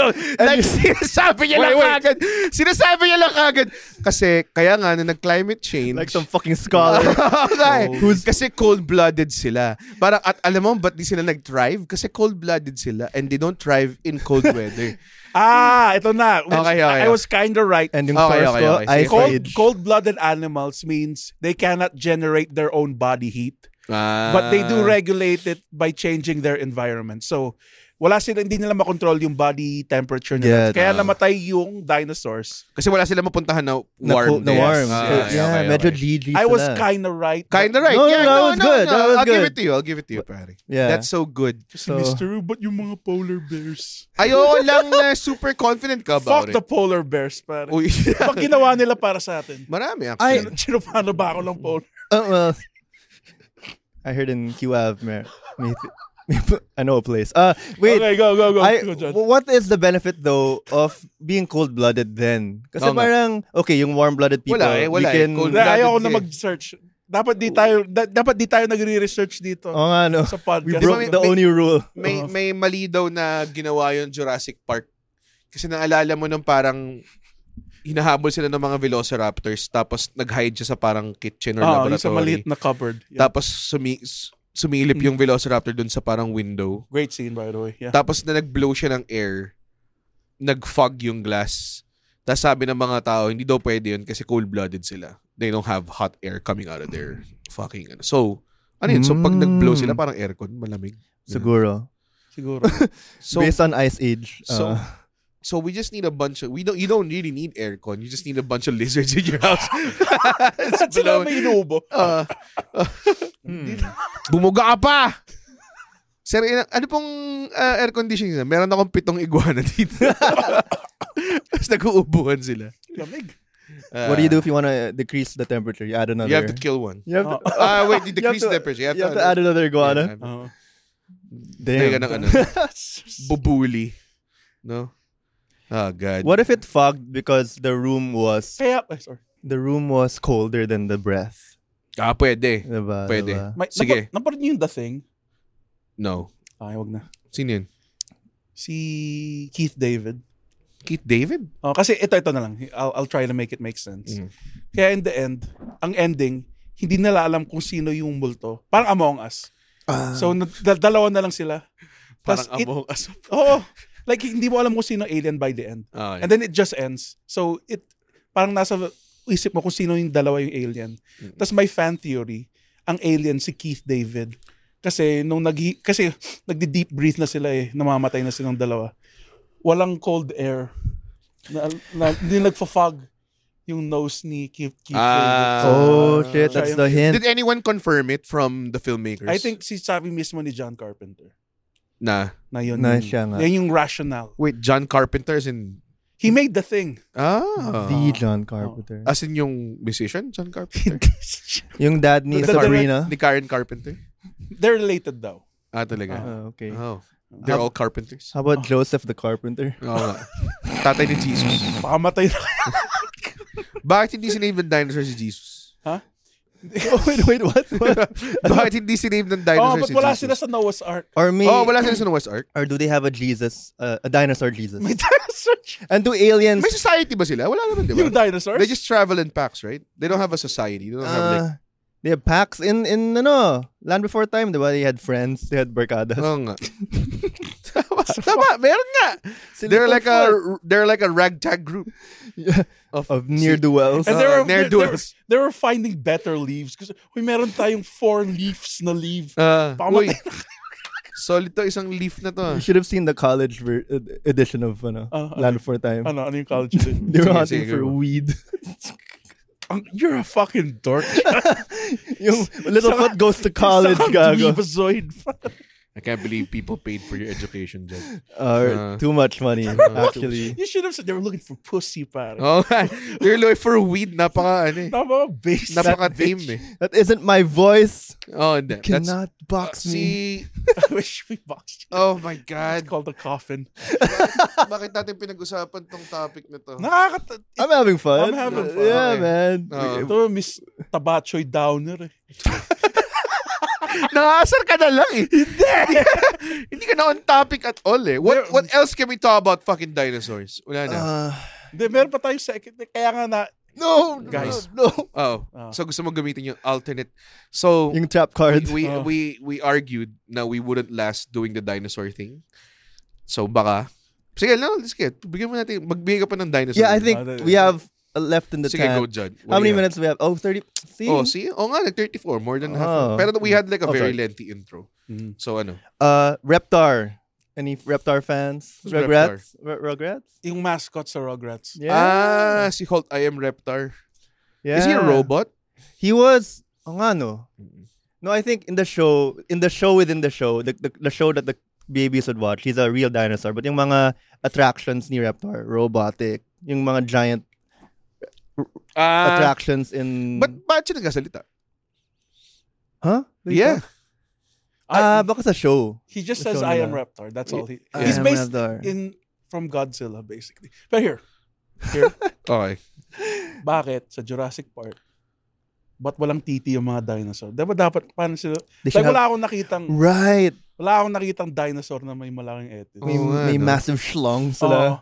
<laughs> sinasabi niya lang
Wait, wait.
kagad. Sinasabi niya lang kagad. Kasi, kaya nga, na nag-climate change.
like some fucking
<laughs>
scholar.
<laughs>
<laughs>
okay.
Oh.
Who's, kasi cold-blooded sila. Parang, at alam mo, ba't di sila nag-thrive? Kasi cold-blooded sila and they don't thrive in
<laughs>
cold weather.
Ah, ito na.
Okay, okay.
I was kind of right.
and yung
Okay,
source
okay,
ko,
okay.
Ice
cold,
Age.
cold-blooded animals means they cannot generate their own body heat, but they
Ah.
do regulate it by changing their environment. So, wala sila, hindi nila makontrol yung body temperature
Yeah,
nila. Kaya
tama.
namatay yung dinosaurs.
Kasi wala sila mapuntahan na
Na,
warm.
na
days.
warm.
Ah,
So,
okay,
yeah,
okay,
medyo
okay.
GG
I was
sila.
kind of right. but-
Kinda right.
No, no,
yeah,
that
no,
was
no,
good.
No.
That was
I'll give
good.
it to you. I'll give it to you, pare.
Yeah.
That's so good.
Si
So-
Mr. Wu, ba't yung mga polar bears?
Ayoko lang na super confident ka about
Fuck the polar bears, pare.
Uy.
Pag ginawa nila para sa atin.
Marami
Ay,
actually.
sinupano ano ba ako ng polar?
Uh, well, I heard in QAV, may, may, <laughs> may, I know a place. Uh, wait, oh,
okay, go, go, go.
I,
go John.
w- what is the benefit though of being cold-blooded then? Kasi
Oo nga.
parang, okay, yung warm-blooded people,
Wala eh,
we
wala eh.
can...
Cold-
Na, ayaw
Blooded
ko na
eh.
mag-search. Dapat di tayo da- dapat di tayo nagre-research dito
Oo nga, no. <laughs>
sa
We
podcast.
broke
may-
the
may-
Uh-huh.
only rule.
May may mali daw na ginawa yung Jurassic Park Kasi naalala mo nung parang hinahabol sila ng mga velociraptors tapos nag-hide siya sa parang kitchen or
Ah, yung sa
laboratory.
maliit na cupboard. Yeah. Mm.
Tapos sumi sumilip yung velociraptor dun sa parang window.
Great scene, by the way. Yeah.
Tapos na nag-blow siya ng air, nag-fog yung glass. Tapos sabi ng mga tao, hindi daw pwede yun kasi cold-blooded sila. They don't have hot air coming out of their fucking ano. So, ano yun? So, pag nag-blow
Mm.
sila, parang aircon, malamig.
Siguro.
<laughs>
Siguro.
So,
Based on Ice Age.
So,
uh,
so we just need a bunch of we don't you don't really need aircon. You just need a bunch of lizards in your house. <laughs>
At sila may inuubo.
Uh, bumuga ka pa! Sir, ina- ano pong ah, air conditioning na? Meron akong pitong iguana <laughs> dito. Tapos nag-uubuhan sila.
Lamig.
Ah,
what do you do if you want to decrease the temperature? You add another.
You have to kill one.
You have to,
Ah, wait, you
You have
decrease
to-
the temperature. You have,
you have to add another iguana. Oh,
Oo.
Teka
Damn.
ng
<laughs>
ano. Bubuli. No? Oh, God.
What if it fogged because the room was
<laughs> Kaya, ay, sorry.
the room was colder than the breath?
Ah, pwede.
Diba?
Pwede.
Diba?
May,
Sige.
Napa, napanood niyo yung The Thing?
No.
Ay, wag na.
Sino yun?
Si Keith David.
Keith David?
Oh, kasi ito, ito na lang. I'll, I'll try to make it make sense.
Mm.
Kaya in the end, ang ending, hindi nila alam kung sino yung multo. Parang Among Us.
Uh,
so, na- da- dalawa na lang sila. Tas
Ah. Parang
it-
among us.
Oo. Like, hindi mo alam kung sino alien by the end.
Ah,
And then it just ends. So, it parang nasa isip mo kung sino yung dalawa yung alien. Tapos may fan theory, ang alien si Keith David. Kasi nung nag kasi nagdi-deep breathe na sila eh, namamatay na silang dalawa. Walang cold air. Na, na, hindi nagfa-fog yung nose ni Keith, Keith
Ah.
David.
oh shit, that's the hint.
Did anyone confirm it from the filmmakers?
I think si sabi mismo ni John Carpenter
Nah.
na yun.
Na
yung-
siya nga.
Yan yung rationale.
Wait, John Carpenter's in...
He made the
<laughs>
thing.
Ah.
the John Carpenter.
As in yung musician, John
<laughs>
Carpenter?
Yung dad ni
Ni
Sabrina.
Ni Karen Carpenter?
They're related daw.
Ah, talaga.
Ah, okay.
Oh. They're
Ah.
all carpenters.
How about Joseph the Carpenter?
Oo nga. Tatay ni Jesus.
Pakamatay na.
Bakit hindi sinave ng dinosaur si Jesus? <laughs>
oh, wait, wait, what?
Bakit hindi sinave ng
oh,
dinosaur
but
si
wala
Jesus?
sila sa Noah's Ark.
<laughs>
<laughs>
Or me?
Oh, wala sila sa West Ark.
Or do they have a Jesus, uh, a dinosaur Jesus?
May dinosaur.
And do aliens?
Mm.
May society ba sila? Wala naman, di
Yung
ba?
dinosaurs?
They just travel in packs, right? They don't have a society. They don't have like...
Uh, they have packs in in ano land before time, diba? They had friends, they had
Ah.
barkadas.
Oo
<laughs>
nga. <laughs> tama, tama, meron nga. They're like a they're like a ragtag group.
of, near duels.
Uh,
And they were,
ne'er
they, they, were,
doers.
they were finding better leaves. Kasi, uy, meron tayong four leaves na leaf.
Ah, uy,
Pamatay
<laughs> solid to isang leaf na to. ah.
you should have seen the college ver- ed- edition of ano,
Uh,
land before time.
ano, ano yung college name?
<laughs> They were hunting
Sige, sige,
for
go.
weed.
Ang- You're a fucking dork.
<laughs> Yung Littlefoot goes to college,
Isang
gago.
leavezoid. <laughs>
I can't believe people paid for your education, Jen.
Uh, <laughs>
Uh,
too much money, actually.
you should have said they were looking for pussy, pare.
Oh, they're looking for weed. Napaka, ano eh.
Tama, base.
Napaka-tame eh.
That isn't my voice.
Oh, hindi. That's,
Cannot box me.
si,
<laughs> I wish we boxed you.
oh my
It's
God.
called a coffin.
Bakit natin pinag-usapan tong topic na to?
Nakakata...
I'm having fun.
I'm having fun.
Yeah,
Okay.
man.
Uh,
Ito, Miss Tabachoy Downer. eh.
Nakasar ka na lang eh. Hindi. <laughs> Hindi ka na on topic at all eh. What what else can we talk about fucking dinosaurs? Wala na.
Uh,
Hindi, meron pa tayong second. Kaya nga na...
no, no,
Guys.
No. Oh.
Ah.
So gusto mo gamitin yung alternate. So
Yung trap card.
we
Ah.
we we argued na we wouldn't last doing the dinosaur thing. So baka Sige, no, let's get. Bigyan mo natin, magbigay ka pa ng dinosaur.
yeah, I think
Ah,
we have uh, left in the
Sige,
tank.
go, John.
How
What do
many
you have?
minutes we have? Oh, 30. See?
Oh, see? Oh nga, nag-34. More than
Oh.
half. Pero we had like a
Oh,
very
sorry.
lengthy intro. So ano?
Uh, Reptar. Any Reptar fans?
Who's
Rugrats? Re- Rugrats?
Yung mascot sa Rugrats.
Ah, si Holt, I am Reptar.
yeah.
Is he a robot?
He was. Oh, nga, no. No, I think in the show, in the show within the show, the, the, the show that the babies would watch, he's a real dinosaur. But yung mga attractions ni Reptar, robotic, yung mga giant
Ah,
attractions in...
Ba't ba't siya nagkasalita?
Huh?
Yeah.
Ah, baka sa show.
He just
Show
says I
nila.
am Raptor. That's all he.
I
He's
am
based
Raptor.
in from Godzilla basically. But here,
<laughs>
here,
Okay.
bakit sa Jurassic Park? Ba't walang titi yung mga dinosaur? Diba dapat paano sila?
They
Like,
should
wala
have-
akong nakitang
Right.
wala akong nakitang dinosaur na may malaking etis.
May,
Oo nga,
may
no?
massive schlong sila.
Oo.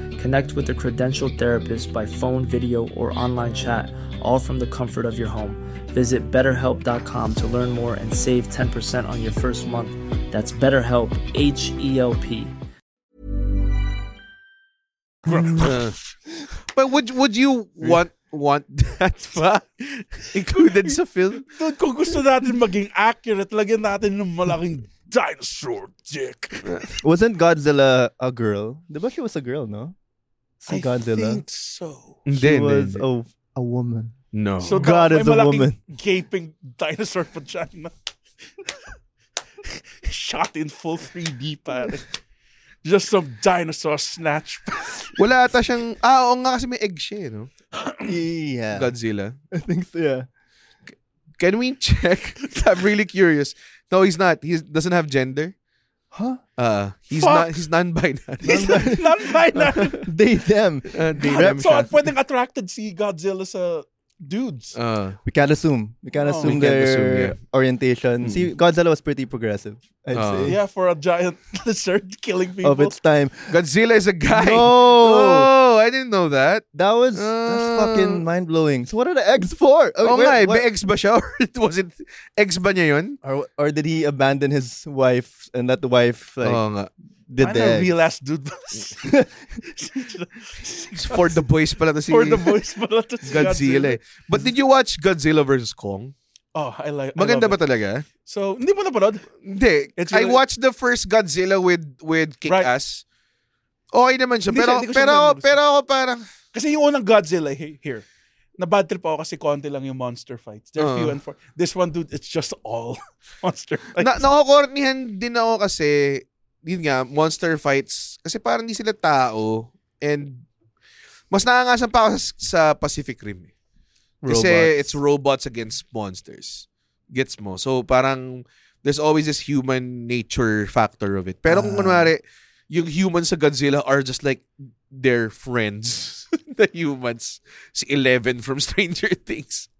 Connect with a credentialed therapist by phone, video, or online chat, all from the comfort of your home. Visit betterhelp.com to learn more and save 10% on your first month. That's BetterHelp, H E L P.
Uh, but would would you want want <laughs> that pa included sa film?
Dude, kung gusto natin maging accurate, lagyan natin ng malaking dinosaur dick.
Wasn't Godzilla a girl? The book was a girl, no? Si
I
Godzilla.
think so.
She was a, a woman.
no.
So
God
daw- may
is a
malaking
woman.
gaping dinosaur vagina. <laughs> Shot in full 3D, pare. Just some dinosaur snatch. <laughs>
wala ata siyang ah oo nga kasi may egg siya, eh, no?
Ah.
Yeah.
Godzilla.
<laughs> I think so, yeah.
Can we check? <laughs> I'm really curious. No, he's not. He doesn't have gender.
Huh?
Uh, he's
Fuck.
not he's non-binary. <laughs>
<laughs>
Non-binary.
They, them.
uh, di
Rep-
alam
so,
siya.
pwedeng attracted si Godzilla sa dudes.
Uh,
We can't assume. We can't
Oh.
assume
We can't
their
assume, Hmm.
orientation. See, Godzilla was pretty progressive, I'd
Uh,
say.
yeah, for a giant <laughs> lizard killing people.
Of Oh, its time.
Godzilla is a guy.
No!
Oh, I didn't know that.
That was that's fucking
Uh,
mind blowing. So what are the eggs for? Oh,
Oo
where-
nga, eh,
what-
may ex ba siya? <laughs> Or was it ex ba niya yun?
or, or did he abandon his wife and let the wife like
Oo nga.
did
Ano a
the eggs?
real ass dude ba?
<laughs>
For the boys pala to si
<laughs> For the boys pala to si
Godzilla. eh. But did you watch Godzilla vs. Kong?
Oh, I like I
Maganda ba
love it.
talaga?
So, hindi mo napanood?
Hindi.
It's
I
really-
watched the first Godzilla with with Kick-Ass. Okay naman siya.
Hindi
Pero,
siya- hindi ko siya
pero,
nanonood.
pero ako parang,
Kasi yung unang Godzilla he- here, na bad trip ako kasi konti lang yung monster fights. They're
Oo.
few and far. This one, dude, it's just all <laughs> monster fights.
na, nakukornihan din ako kasi, yun nga, monster fights. Kasi parang hindi sila tao. And, mas nangangasam pa ako sa, sa Pacific Rim. eh. Kasi
Robots.
it's robots against monsters. Gets mo? So parang there's always this human nature factor of it. Pero kung kunwari, yung humans sa Godzilla are just like their friends. <laughs> the humans. Si Eleven from Stranger <laughs> Things.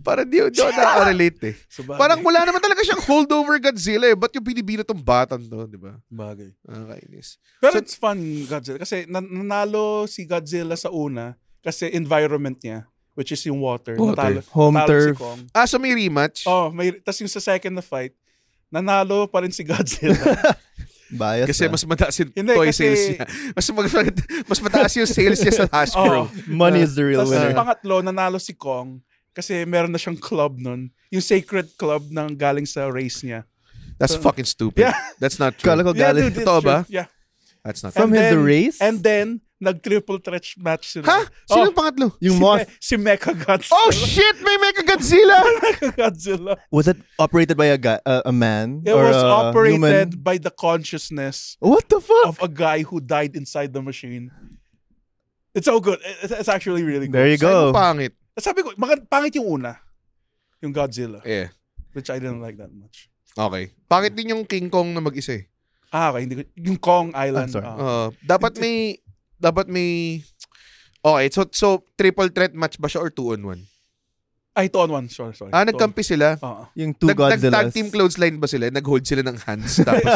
Parang di, di ako nakaka-relate eh.
Sabagay.
Parang wala naman talaga siyang holdover Godzilla eh. Ba't yung pinibira tong batang to, di ba?
Bagay.
Nakakainis.
Pero
So-
it's fun, Godzilla. Kasi nan- nanalo si Godzilla sa una kasi environment niya, which is yung water.
Water.
Natalo-
Home
natalo
turf.
Si Kong.
Ah, so may rematch?
Oh, may, tas yung sa second na fight, nanalo pa rin si
<laughs>
Godzilla.
Bias. ah.
Kasi mas mataas yung
Hindi,
toy
kasi-
sales niya. <laughs> Mas, mag- mas mataas yung sales
<laughs>
niya sa Hasbro.
Oh.
money is the real
Tapos
winner.
yung pangatlo, nanalo si Kong kasi meron na siyang club nun. Yung sacred club ng galing sa race niya.
That's fucking stupid.
Yeah.
That's not true.
Kala ko galing. <laughs>
it's
Totoo ba?
true. Yeah.
That's not
From
And
his
then-
race?
And then, nag-triple threat match sila.
Ha? Sino
Oh,
yung pangatlo?
Yung
si,
moth
Me- si Mecha Godzilla.
Oh shit! May Mecha Godzilla!
<laughs> Mecha Godzilla.
was it operated by a guy, uh, a man
It
or
was
a
operated
human?
by the consciousness
What the fuck?
of a guy who died inside the machine. It's so good. It- It's, it's actually really good.
There you
Sino
go.
pangit?
Sabi ko, mga, pangit yung una. Yung Godzilla.
Eh,
Which I didn't like that much.
okay. Pangit din yung King Kong na mag-isa eh.
Ah, okay. Hindi ko, yung Kong
Ah,
Island.
sorry.
ah.
Uh, dapat may... Dapat may... Okay, so, so triple threat match ba siya or two on one?
Ay, two on one. Sorry, sorry.
Ah,
Two on-
nagkampi sila?
Oo.
Yung two
Nag,
Godzillas.
nag-tag team clothesline ba sila? Nag-hold sila ng hands.
<laughs>
Tapos,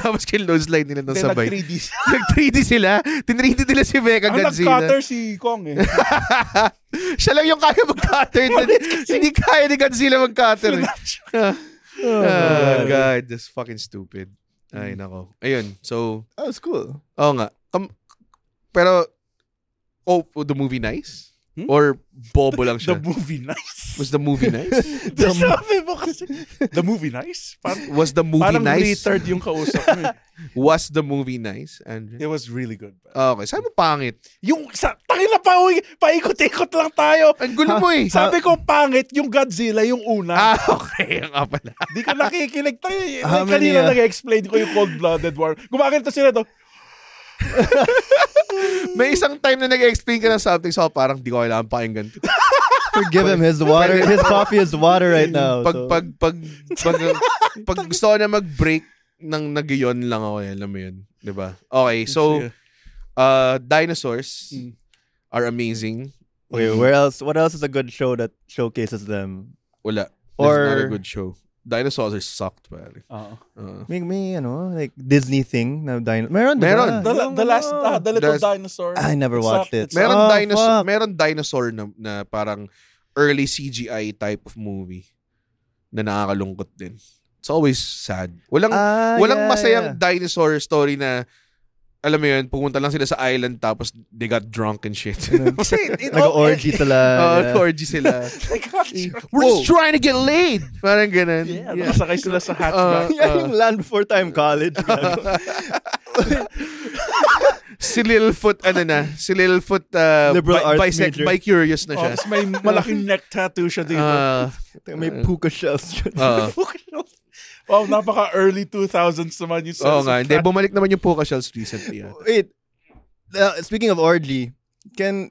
tapos clothesline nila ng
Then
sabay.
nag-3D.
Nag-3D sila. Tinrated nila si Mecha
Ang
Godzilla.
nag-cutter si Kong eh.
<laughs> Siya lang yung kaya
<laughs>
mag-cutter. Hindi kaya ni Godzilla mag-cutter. eh. <laughs>
Oh,
Ah, God, that's fucking stupid. Ay, nako. Ayun, so,
That was cool.
oo nga. Kam- pero, oh, oh, the movie nice? Or bobo
<laughs>
lang siya?
Hmm? The movie nice. <laughs>
was the movie nice?
the, sabi mo kasi, the movie nice? Parang,
Was
<laughs>
the movie
parang
nice?
retard yung kausap mo. eh.
<laughs> Was the movie nice, Andre?
It was really good.
Okay, saan mo pangit?
Yung, sa, tangin na pa, uy, paikot-ikot lang tayo.
Ang gulo mo <laughs> eh.
Sabi ko, pangit, yung Godzilla, yung
Ah,
una.
<laughs> okay. Ang kapal.
Di ko nakikinig tayo.
<laughs>
eh.
How many,
kanina
ah?
nag-explain ko yung cold-blooded war. Gumaganito sila to.
May isang time na nag-explain ka ng something so parang di ko kailangan pakinggan. to.
Forgive him. His water, his coffee is water
<laughs>
right now.
Pag,
so-
pag, pag, pag, pag gusto ko na mag-break nang nagyon lang ako, eh, alam mo yun. 'Di ba? Okay, so, uh, dinosaurs
Mm.
are amazing.
Wait, where else? What else is a good show that showcases them?
Wala.
Or-
Or, not a good show. Dinosaurs are sucked, pare.
Oo.
Uh,
May, may ano, like Disney thing na dino. Meron, di ba?
Meron.
The,
Yung
the last,
ano.
ah, the little
There's-
dinosaur.
Ah,
I never
It's
watched
up-
it.
it's
meron,
Ah,
dinosaur,
fuck.
meron dinosaur na, na parang early CGI type of movie na nakakalungkot din. It's always sad. Walang,
Ah,
Walang
yeah,
masayang
yeah.
dinosaur story na alam mo yun, pumunta lang sila sa island tapos they got drunk and shit. <laughs> Kasi it all-
Nag-orgy sila.
<laughs> Oh,
yeah.
orgy sila.
Like,
We're
Whoa.
just trying to get laid. Parang ganun.
yeah,
Yeah.
nakasakay sila sa hatchback.
Uh,
<laughs> Yeah, yung land before time college.
<laughs> Si Littlefoot, ano na, si Littlefoot, uh,
Liberal arts
bisect,
major.
bi-curious na
oh,
siya.
tapos
<laughs>
may malaking neck tattoo siya dito.
Uh,
May puka
<laughs>
shells. <laughs>
<laughs>
uh,
wow, napaka-early 2000s naman yung
oo nga. Hindi,
Fat-
bumalik naman yung Puka Shells recently. ah.
Wait. Uh, speaking of orgy, can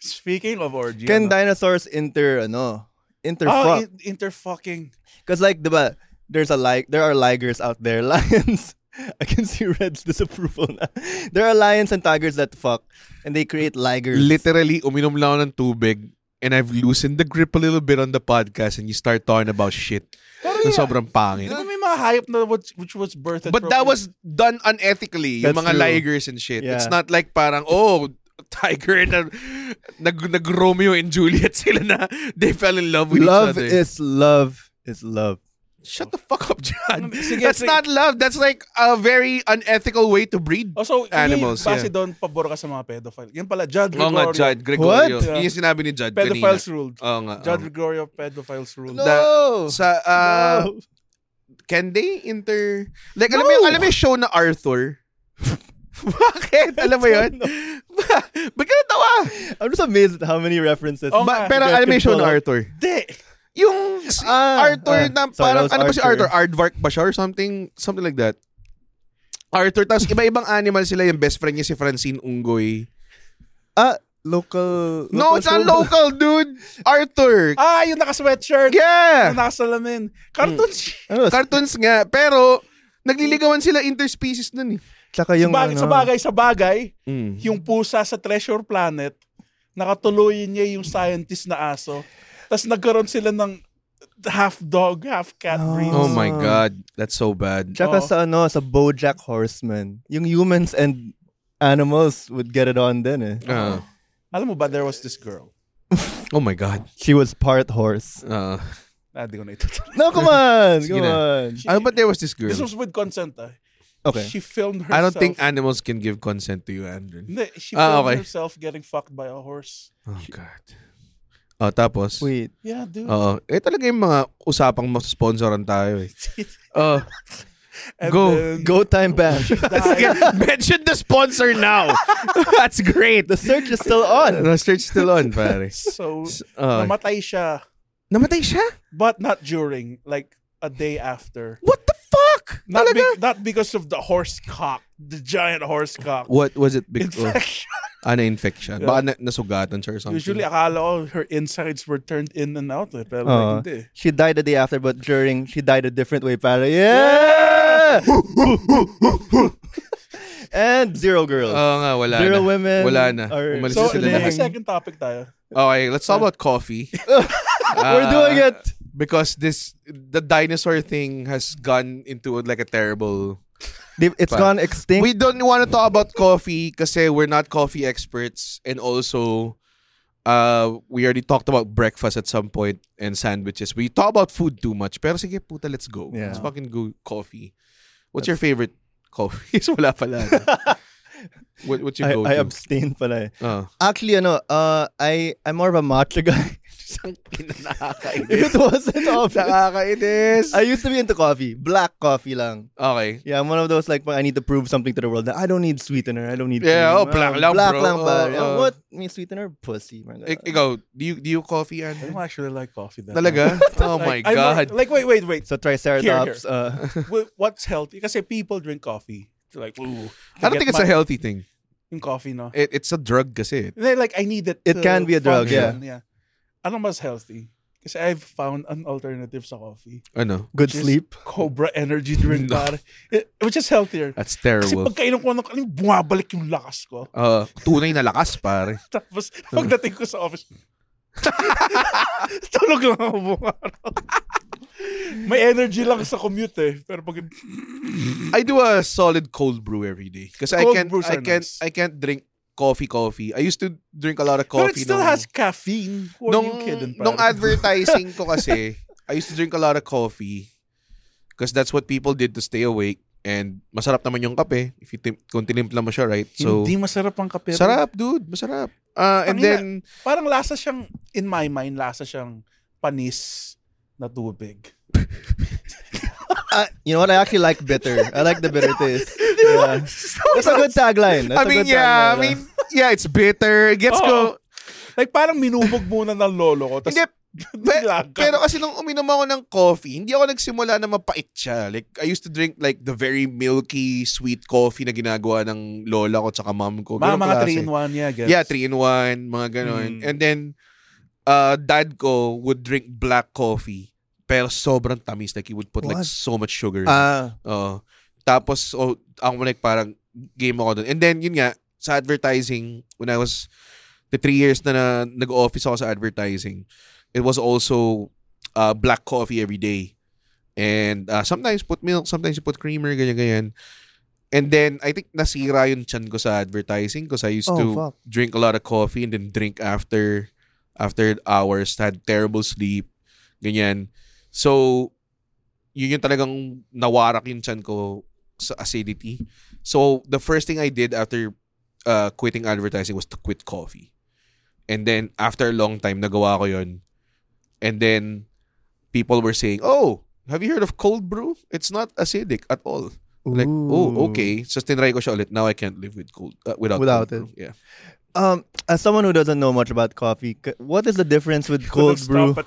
Speaking of orgy.
can
ano?
dinosaurs inter ano
Oh,
interfuck?
in- interfucking.
Because like the ba, there's a like there are ligers out there, <laughs> lions. I can see Red's disapproval na. There are lions and tigers that fuck, and they create ligers.
Literally, uminom lang ako ng tubig and I've loosened the grip a little bit on the podcast and you start talking about shit. Na sobrang pangit.
Di ba may mga hype na which, which was birthed
But
from-
that was done unethically. Yung
That's
mga
true.
ligers and shit.
Yeah.
It's not like parang, oh, tiger na nag, nag Romeo and Juliet <laughs> sila na they fell in love with
love
each other.
is love is love.
Shut the fuck up, John.
Sige,
That's
sige.
not love. That's like a very unethical way to breed.
Oh, so,
Animals,
animals. Base
yeah.
doon, pabor ka sa mga pedophile. Yan pala, Judd
Oo nga,
Gregorio.
Judd Gregorio.
What?
Yun Yung sinabi ni Judd
Pedophiles
kanina.
ruled.
Oo nga.
Judd
oo.
Gregorio, pedophiles ruled.
No! Sa, uh, can they inter... Like, alam mo yung, alam mo yung show na Arthur? <laughs> Bakit? Alam mo yun? <laughs> Ba't ah? ka natawa?
<laughs> I'm just amazed at how many references.
Oh,
Ba-
nga.
pero
Guys
alam mo
can
yung show na
follow.
Arthur?
Hindi.
Yung si
Ah,
Arthur
ah.
na
Sorry,
parang,
that was
ano ba si
Arthur.
Arthur? Aardvark ba siya or something? Something like that. Arthur, tapos iba-ibang animal sila. Yung best friend niya si Francine Unggoy.
Ah, local.
No, it's not
show.
local, dude! Arthur!
Ah, yung naka-sweatshirt. Yung
Yeah! Hmm.
nakasalamin. Cartoon siya.
<laughs> Ano,
<laughs> Cartoons nga. Pero, nagliligawan sila interspecies nun eh.
tsaka yung ano,
Bagay, sa bagay, sa bagay,
Mm.
yung pusa sa Treasure Planet, nakatuloy niya yung scientist na aso. Tapos nagkaroon sila ng half dog, half cat breed.
Oh my God. That's so bad.
Tsaka
Oo.
sa ano, sa BoJack Horseman. Yung humans and animals would get it on then eh.
Uh,
Alam mo ba, there was this girl.
oh my God.
She was part horse.
Uh,
Ah, di ko na itutuloy.
No, come on!
Sige
come
na.
on!
<laughs> ano but there was this girl.
<laughs> This was with consent, ah.
Okay.
She filmed
I
herself.
don't think animals can give consent to you, Andrew.
Hindi, she filmed
Ah, okay.
herself getting fucked by a horse.
Oh, God. Oh, tapos?
Wait.
Yeah, dude.
Oo. Eh, talaga yung mga usapang mag-sponsoran <laughs> tayo eh. Oh,
And
go.
then-
Go time ban. <laughs>
<laughs> mention the sponsor now. <laughs> That's great.
the search is still <laughs> on.
The search still on, pare.
So,
Oh.
namatay siya.
Namatay siya?
But not during, like, a day after.
What the fuck?
Not,
Talaga?
be- not because of the horse cock, the giant horse cock.
What was it?
In
Because
fact,
ano infection? Baka na- nasugatan siya or something.
Usually, akala ko her insides were turned in and out. Eh, pero
Uh-huh.
Oo.
like, hindi.
She died the day after, but during, she died a different way, para. Yeah! and zero girls.
Oo nga, wala
Zero
na.
women
Wala na.
are-
Umalis
So,
na sila lahat.
lang.
second topic tayo.
Okay, let's talk about coffee.
<laughs>
Ah,
We're doing it!
Because this, the dinosaur thing has gone into like a terrible
They've- It's
pa.
gone extinct.
we don't want to talk about coffee kasi we're not coffee experts and also uh we already talked about breakfast at some point and sandwiches. We talk about food too much. Pero sige puta, let's go.
Yeah.
<laughs> Let's fucking go coffee. What's your favorite coffee? Wala pala. What, what's your
I,
go-to?
I abstain pala eh. <laughs>
Ah.
Actually, ano, uh, I, I'm more of a matcha guy. <laughs>
Nakakainis.
if it wasn't obvious.
Nakakainis.
I used to be into coffee. Black coffee lang.
Okay.
Yeah, I'm one of those like, I need to prove something to the world. That I don't need sweetener. I don't need
Yeah, oh,
cream.
black lang,
Black
bro.
lang ba?
Oh,
Yeah,
oh.
what? May sweetener? Pussy. my God.
Ik- ikaw, do you, do you coffee,
I
Andrew?
don't actually like coffee that
Talaga? Oh
much.
my
Like, I'm more-
God.
like, wait, wait, wait.
So triceratops.
Here,
Uh, <laughs>
Wh- What's healthy? Because people drink coffee. They're like, ooh.
I don't think it's a healthy thing.
healthy coffee, no.
It, it's a drug kasi.
They like I need it.
It
to
can be a drug,
function, yeah. Ano mas healthy? Kasi I've found an alternative sa coffee.
Ano?
good
Just
sleep.
Cobra energy drink pare. It- which is healthier.
That's
Kasi
terrible.
pagkainom ko ng kanin, bumabalik yung lakas ko.
Uh, tunay na lakas, pare.
Tapos pagdating ko sa office, <laughs> tulog lang ako buong araw. May energy lang sa commute eh. Pero pag
I do a solid cold brew every day because I
Cold
can't
brews
I
are
can't
nice.
I can't drink coffee coffee. I used to drink a lot of
But
coffee.
it still
nung-
has caffeine. Who are
nung,
you kidding, pare?
nung advertising <laughs> ko kasi, I used to drink a lot of coffee because that's what people did to stay awake and masarap naman yung kape if you tim- kung tinimpla mo siya, right? So
Hindi masarap ang kape.
sarap, dude, masarap. Uh, and
Tangina.
then
Parang lasa siyang, in my mind, lasa siyang panis na tubig.
Uh, you know what? I actually like bitter. I like the <laughs> bitter taste. Yeah. <laughs> That's a good tagline. That's
I
a good
mean, yeah, I
tagline,
mean, yeah, it's bitter. It gets
Oo.
go.
Like parang minubog
<laughs>
muna ng lolo ko. Tapos, <laughs>
Hindi, Pe-
Bigla ka.
pero kasi nung uminom ako ng coffee, hindi ako nagsimula na mapait siya. Like, I used to drink like the very milky, sweet coffee na ginagawa ng lola ko tsaka mom ko.
mga
Ganong
mga
klase.
3 in Mm. 1, yeah, guess.
Yeah, 3 in 1, mga ganon. And then, uh, dad ko would drink black coffee. Pero sobrang tamis. Like, he would put like
What?
so much sugar.
Ah,
Oo. tapos, oh, ako like parang game ako dun. And then, yun nga, sa advertising, when I was, the three years na, na nag-office ako sa advertising, it was also uh, black coffee every day. And uh, sometimes put milk, sometimes you put creamer, ganyan-ganyan. And then, I think nasira yung chan ko sa advertising because I used
Oh,
to
fuck.
drink a lot of coffee and then drink after after hours, had terrible sleep, ganyan. So, yun yung talagang nawarak yung chan ko sa acidity. So, the first thing I did after uh, quitting advertising was to quit coffee. And then, after a long time, nagawa ko yun. And then, people were saying, oh, have you heard of cold brew? It's not acidic at all. Like, oh,
Ooh.
okay. So, tinry ko siya ulit. Now, I can't live with cold, uh, without,
Without
cold
it.
brew. Yeah.
um, as someone who doesn't know much about coffee, c- what is the difference <laughs> with
Couldn't
cold
stop
brew?
at-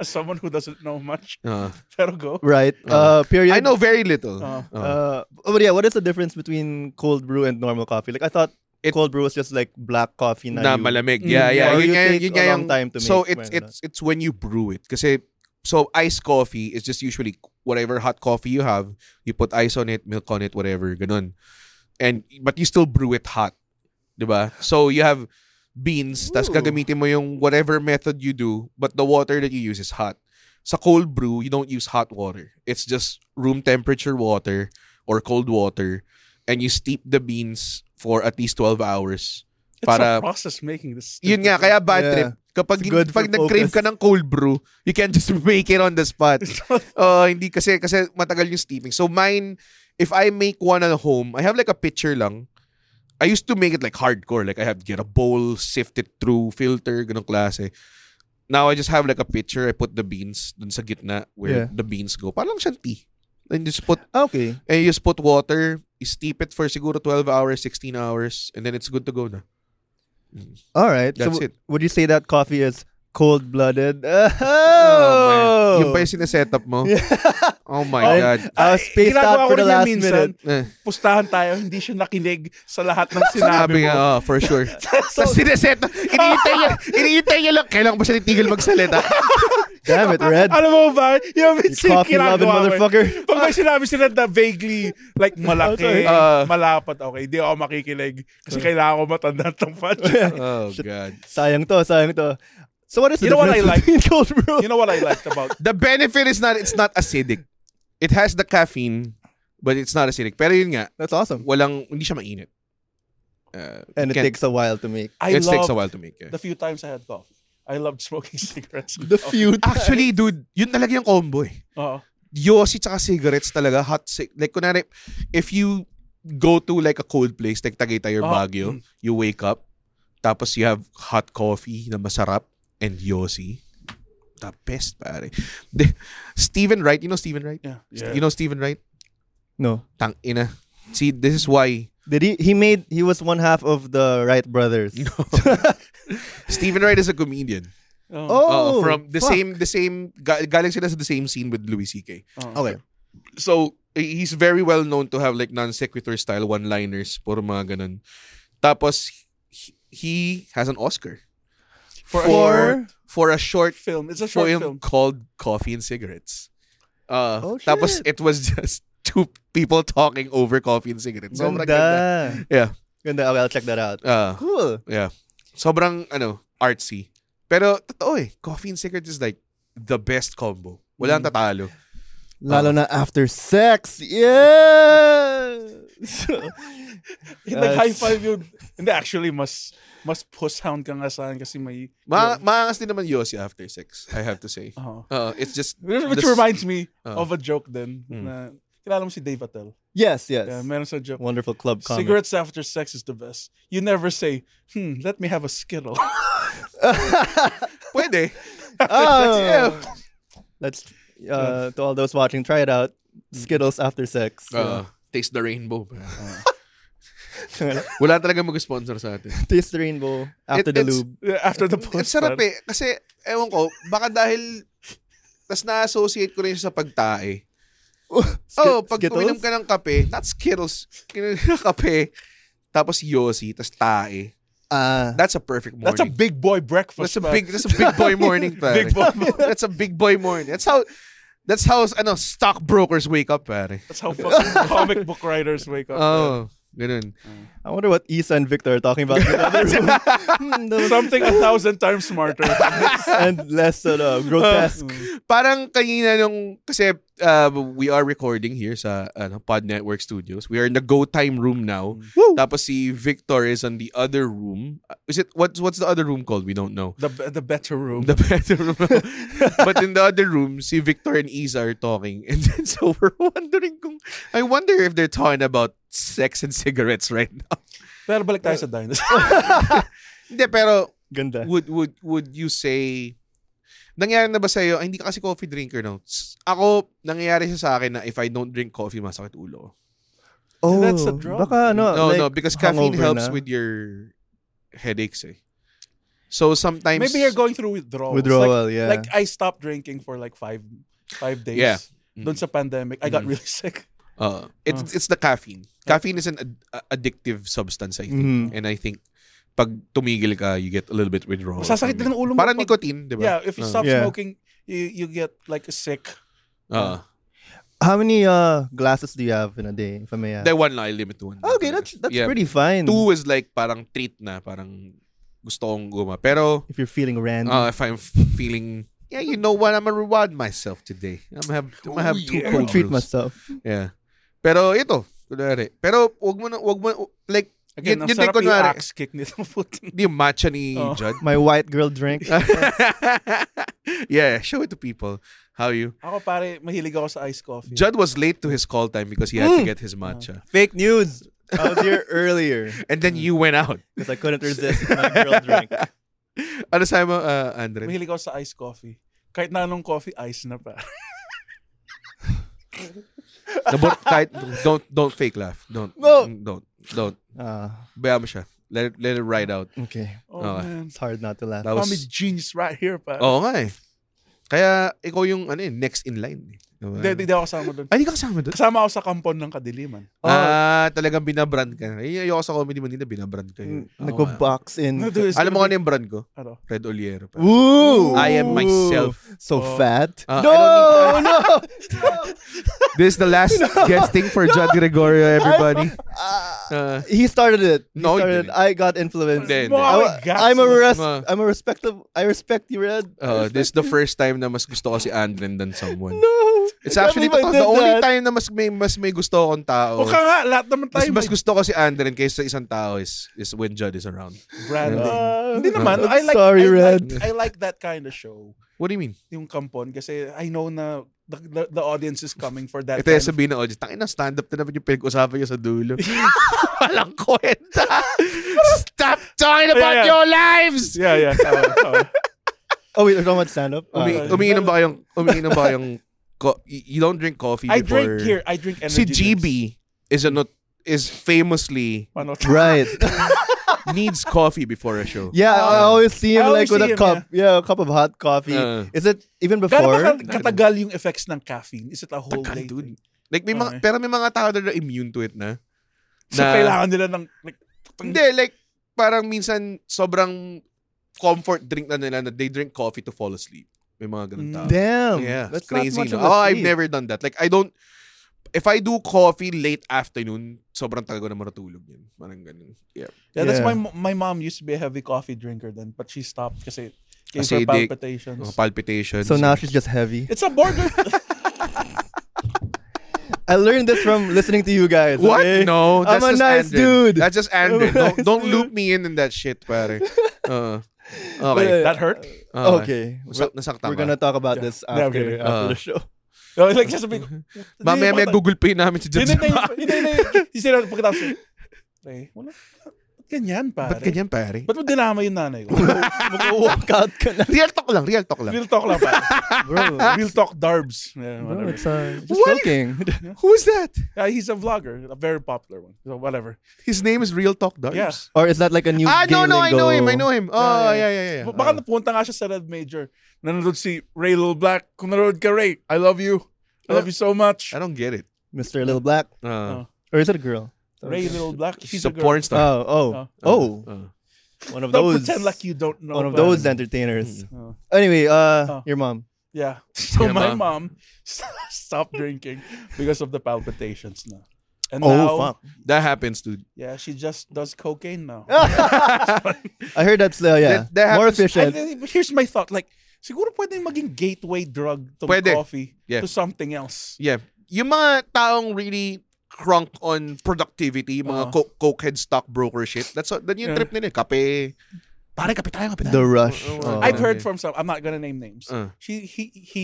as someone who doesn't know much, <laughs>
Uh,
pero go.
Right. Uh, period.
I know very little.
Oh.
Oh.
Uh, but yeah, what is the difference between cold brew and normal coffee? Like I thought
It-
cold brew was just like black coffee na,
na
you-
malamig.
Mm.
Yeah, yeah.
Or you
nga-
take
nga
a long
yung-
time to
so
make, uh,
it's
wala.
it's it's when you brew it. Kasi so iced coffee is just usually whatever hot coffee you have, you put ice on it, milk on it, whatever, ganun. And but you still brew it hot. 'Di ba? So you have beans, tas gagamitin mo yung whatever method you do, but the water that you use is hot. Sa cold brew, you don't use hot water. It's just room temperature water or cold water and you steep the beans for at least 12 hours
It's
para
a process making this.
yun nga, kaya bad
Yeah.
trip. Kapag,
It's good
pag
for
nag-crave ka
focus.
ng cold brew, you can't just <laughs> make it on the
<laughs>
spot.
<laughs>
Oh, hindi kasi, kasi matagal yung steeping. So mine, if I make one at home, I have like a pitcher lang. I used to make it like hardcore. Like I have get a bowl, sift it through, filter, ganong klase. Now I just have like a pitcher. I put the beans dun sa gitna
Yeah.
where the beans go. Parang siyang tea. Then just put
Ah, Okay.
and you just put water, you steep it for siguro 12 hours, 16 hours, and then it's good to go na.
All right. so
That's
w-
it.
would you say that coffee is cold blooded? <laughs> Oh,
Oh, man. Yung pa yung sinesetup mo? Oh my
I-
God.
I was spaced
Ginagawa
out
ko
for the
rin yun
last
minsan.
minute.
Eh,
Pustahan tayo, hindi siya nakinig sa lahat
<laughs>
ng sinabi
sabi
mo.
nga, oh, for sure. Tapos sineset, iniintay niya, iniintay niya lang, kailangan ba siya titigil magsalita?
Damn
<laughs>
it, Red.
Alam mo ba?
<laughs>
Yung
You
minsan
coffee loving
ginagawa ko. eh.
motherfucker.
Pag may sinabi sila na vaguely,
<laughs>
like
Oh,
<laughs> malaki,
Uh,
Ah.
malapat, okay, hindi ako makikinig. Kasi kailangan ko matanda ng
<laughs>
punch.
Oh God.
Sayang to, sayang to. So what is the
You know what I
difference
like?
between <laughs> cold brew?
You know what I liked
<laughs>
about
The benefit is not, it's not acidic. It has the caffeine, but it's not acidic. Pero yun nga,
That's awesome.
walang, hindi siya mainit. Uh,
And it
can't-
takes a while to make.
I
it takes
loved
a while to make. yeah.
the few times I had coffee. I loved smoking <laughs> cigarettes. Oh,
The few
Actually, dude, yun talaga yung combo eh.
Oo.
Yossi tsaka cigarettes talaga, hot cig- Like, kunwari, if you go to like a cold place, like Tagaytay or
Oh,
Ah, mm.
Baguio, you wake up, tapos you have hot coffee na masarap and yosi. The best, pare. De, Stephen Wright, you know Stephen Wright?
Yeah.
You know Stephen Wright?
No.
Tang ina. See, this is why
Did he? He made. He was one half of the Wright brothers.
Stephen Wright is a comedian.
<laughs> Oh,
Oo, Uh, from the
fuck.
same the same ga- galing sila sa the same scene with Louis CK.
Oh,
oh,
Okay.
So eh, he's very well known to have like non sequitur style one-liners puro mga ganun. Tapos he, he has an Oscar
For,
for for a short
film. It's a short
film,
film.
called Coffee and Cigarettes. Uh,
Oh,
tapos
shit.
it was <laughs> just two people talking over coffee and cigarettes. Sobrang ganda.
Ganda.
Yeah.
Ganda. Okay, I'll check that out.
Uh,
Cool.
Yeah. Sobrang, ano, artsy. Pero, totoo eh. Coffee and cigarettes is like the best combo. Walang tatalo. Oh.
Lalo na after sex.
<laughs>
Yeah.
Like high five yun. Hindi, actually, mas mas puss hound ka nga saan kasi may...
Ma Maangas din naman Yossi after sex, I have to say.
Oo.
Uh, it's just...
Which
the s-
reminds me
Ah.
of a joke then. Na, kilala mo si Dave Attell.
yes. Yes.
Yeah, meron sa joke.
Wonderful club comic.
Cigarettes after sex is the best. You never say, hmm, let me have a Skittle. <laughs>
Pwede.
Oh.
<laughs> Yeah.
Let's uh, to all those watching, try it out. Skittles after sex.
Uh, taste the <laughs> rainbow. Wala talaga mag-sponsor sa atin.
Taste the rainbow after
It-
the
it's-
lube.
After the
Ang
puss.
sarap eh.
man.
Kasi, ewan ko, baka dahil tas na-associate ko rin siya sa pagtae. oh, pag
Skittles?
uminom ka ng kape, not Skittles, kininom ka ng kape, tapos Yossi, tas tae.
Ah.
That's a perfect morning.
That's a big boy breakfast.
That's a
man.
big that's a big
<laughs>
boy morning pare.
Big boy
<laughs> that's a big boy morning. That's how that's how ano stockbrokers wake up pare.
That's how
<laughs>
fucking comic book writers wake up.
Oh, ganun.
I wonder what Isa and Victor are talking about in the other
<laughs>
room. <laughs> Hmm, those-
Something a thousand times smarter. <laughs>
and less uh, grotesque.
<laughs> Parang kanina nung kasi uh, we are recording here sa ano Pod Network Studios. We are in the go time room now. Tapos si Victor is on the other room. Uh, Is it what's what's the other room called? We don't know. <laughs>
the the better room.
The bedroom. <laughs> but in the other room, si Victor and Isa are talking. <laughs> And then so we're wondering kung, I wonder if they're talking about sex and cigarettes right now.
Pero balik tayo sa dinosaur.
Hindi, pero
Ganda.
<laughs> would, would, would you say, nangyari na ba sa'yo, ay, hindi ka kasi coffee drinker, no? S- Ako, nangyayari siya sa akin na if I don't drink coffee, masakit ulo. ko.
Oh,
That's a drug.
Baka, no,
No,
like,
no, because caffeine
hungover
helps
na.
with your headaches eh. So sometimes...
Maybe you're going through withdrawal.
Withdrawal,
Like,
yeah.
Like I stopped drinking for like five five days.
Yeah. Mm.
Doon sa pandemic, I got really <laughs> sick.
Uh, it's
Oh.
it's the caffeine. Caffeine is an ad- a- addictive substance, I think.
Mm-hmm.
Mhm.
And I think pag tumigil ka, you get a little bit withdrawal.
Masasakit din ang ulo mo
Parang
pag-
nicotine, di ba?
Yeah, if you
Uh,
stop
Yeah.
smoking, you you get like sick.
uh,
How many uh, glasses do you have in a day, if I may ask?
that one, I limit to one.
okay, that's that's
Yeah.
pretty fine.
Two is like parang treat na, parang gusto kong guma. Pero
If you're feeling random.
uh, if I'm feeling, yeah, you know what, I'm gonna reward myself today. I'm gonna have, I'm gonna have two
I will Oh,
cold
treat
brews.
myself.
Yeah. Pero ito, kunwari. Pero wag mo na, wag mo, like,
Again,
yun-
ang
yun din
sarap yung
kunwari.
axe kick nito. <laughs> putin.
Yung matcha ni
Oh.
Judd. <laughs>
My white girl drink.
yeah, show it to people. How you?
Ako pare, mahilig ako sa iced coffee.
Judd was late to his call time because he had
Hmm.
to get his matcha.
Fake news. I was here earlier
Oh.
And
Hmm.
then you went out.
because I couldn't resist my
<laughs>
girl drink.
Ano sabi mo, uh, Andre?
mahilig ako sa iced coffee. Kahit na anong coffee, ice na pa.
Nabor- kahit, don't, don't fake laugh. Don't.
No.
Don't. Don't.
Ah,
Bayaan mo siya. Let it, let it ride out.
okay.
<laughs> Oh,
Okay.
man.
It's hard not to laugh.
That
Mami
was,
genius right here, pare.
oo nga eh. Kaya ikaw yung ano eh, next in line. eh. Diba?
Hindi, hindi ako kasama doon.
Ay, di ka kasama doon.
Kasama ako sa kampon ng kadiliman.
Ah, talagang binabrand ka. Ay, ayoko sa Comedy Manila, binabrand
Mm,
ka. yun. Oo nga.
Nagbo-box in.
Ano, dude, it's <laughs>
Alam mo
gonna
ano yung brand ko?
be- Ano?
Red Oliero. pa.
Ooh.
I am myself.
So fat.
Ah,
no,
I
no.
<laughs> This is the <laughs> last guesting for John Gregorio, <laughs> everybody. Uh,
<laughs> He started it. He
No, he
started it.
didn't.
I got influenced.
Hindi, hindi.
Wow,
Oh, I,
I got
am a
some-
res-
Ma.
I'm a respectable. I respect you, Red.
uh, this is the first time na mas gusto ko si Andren than someone.
No.
It's
I can't
actually
believe I did
totoo, the only
that.
time na mas may mas may gusto akong tao.
O ka nga, lahat naman
Mas,
tayo.
mas
may
gusto ko si Andren kaysa isang tao is, is when Judd is around.
branding.
Ah.
Hindi naman.
I'm
I like,
sorry,
I
Red.
Like, I like that kind of show.
What do you mean?
Yung kampon. Kasi I know na the, the, the audience is coming for
Ito
that.
yung
kind of-
sabihin ng audience, tangin na stand-up na naman yung pinag-usapan niya sa dulo. Walang kwenta. Stop talking about
Yeah, yeah.
your lives!
yeah,
<laughs>
yeah. tama,
oh.
tama.
Oh, wait, we're talking about stand up?
Umi- umiinom ba kayong, umiinom ba kayong, co- y- you don't drink coffee
I
before.
drink here. I drink energy.
Si GB is a not, is famously
Ano?
right.
<laughs> needs coffee before a show.
Yeah, I I always see him
I
like
always
with a
see him,
cup. Yeah. a cup of hot coffee.
Uh.
Is it even
Gano'n ba
before?
ka- katagal yung effects ng caffeine? Is it a whole
Tagal,
day?
dude.
Dude.
Like, may mga,
Okay.
pero may mga tao na immune to it na.
So
Na-
kailangan nila ng... Like,
Hindi, like, parang minsan sobrang comfort drink na nila na they drink coffee to fall asleep. May mga ganun tao.
Mm. Damn.
Yeah,
That's
it's crazy.
Not much of
no?
a
Oh, I've
feat.
never done that. Like, I don't, if I do coffee late afternoon, sobrang tagal ko na maratulog yun. Parang ganun. Yeah.
yeah, that's
Yeah.
my my mom used to be a heavy coffee drinker then, but she stopped kasi gave
Kasi Oh,
her
di-
palpitations.
Mga palpitations.
So now she's just heavy.
it's a
<laughs>
border.
I learned this from listening to you guys.
What?
okay?
No, that's
I'm a
just
nice
Andrin.
dude.
That's just
<laughs>
Andrin.
a
Don't,
nice
don't
dude.
loop me in in that shit, pare. Uh, okay. <laughs>
that hurt?
Okay.
Nasak-
We're-
nasaktan
We're
ka.
gonna talk about this
Yeah,
after,
okay.
after
Uh.
the show. <laughs>
No, like, sasabihin ko,
Mamaya may Google Pay namin si
Hindi
Judson.
na yun. Hindi na yun. Yung sinabi pagkatapos. Pre, wala. Ba't ganyan, pare?
Ba't ganyan, pare?
Ba't mo dinama yung nanay ko? <laughs>
Mag-walk <laughs> out ka na.
Real talk lang, real talk lang.
Real talk lang, pare.
Bro,
Real talk darbs. Yeah,
bro
whatever.
it's uh, just
What?
joking. <laughs>
Who is that?
Uh, he's a vlogger, a very popular one. So whatever.
His name is Real Talk Darbs.
Yeah.
Or is that like a new
Ah, no, no, I know him. I know
him.
him. Oh, yeah,
Yeah,
yeah,
yeah.
yeah. yeah,
B- Baka napunta nga siya sa Red Major. Nanonood si Ray Lil Black. Kung nanonood ka, Ray, I love you. I love you so much.
I don't get it.
Mr. Little Black.
Uh,
Or is it a girl?
Ray Lil Black, she's
she's a
a girl.
porn star.
Oh, oh. oh.
Uh,
One of
Don't
those.
pretend like you don't know.
one of
pare.
those entertainers.
Oh.
Anyway, uh,
Oh.
your mom.
Yeah. <laughs> So
Yeah,
my
ma.
mom <laughs> stopped drinking because of the palpitations now. And
Oh,
now,
fuck. Oh,
that happens, dude.
yeah, she just does cocaine now.
<laughs>
<laughs>
I heard that's uh, yeah
That- that
more
happens-
efficient.
And then, here's my thought. Like, siguro pwedeng maging gateway drug to
Pwede.
coffee
Yeah.
to something else.
Yeah. Yung mga taong really crunk on productivity, mga
Oo.
co- cokehead stockbroker shit, that's what, then yung
Yeah.
trip nila. eh. Kape. Pare, kape tayo, kape tayo.
The rush.
Oh,
Oh.
I've heard
okay.
from some. I'm not gonna name names.
Uh.
She, he, he,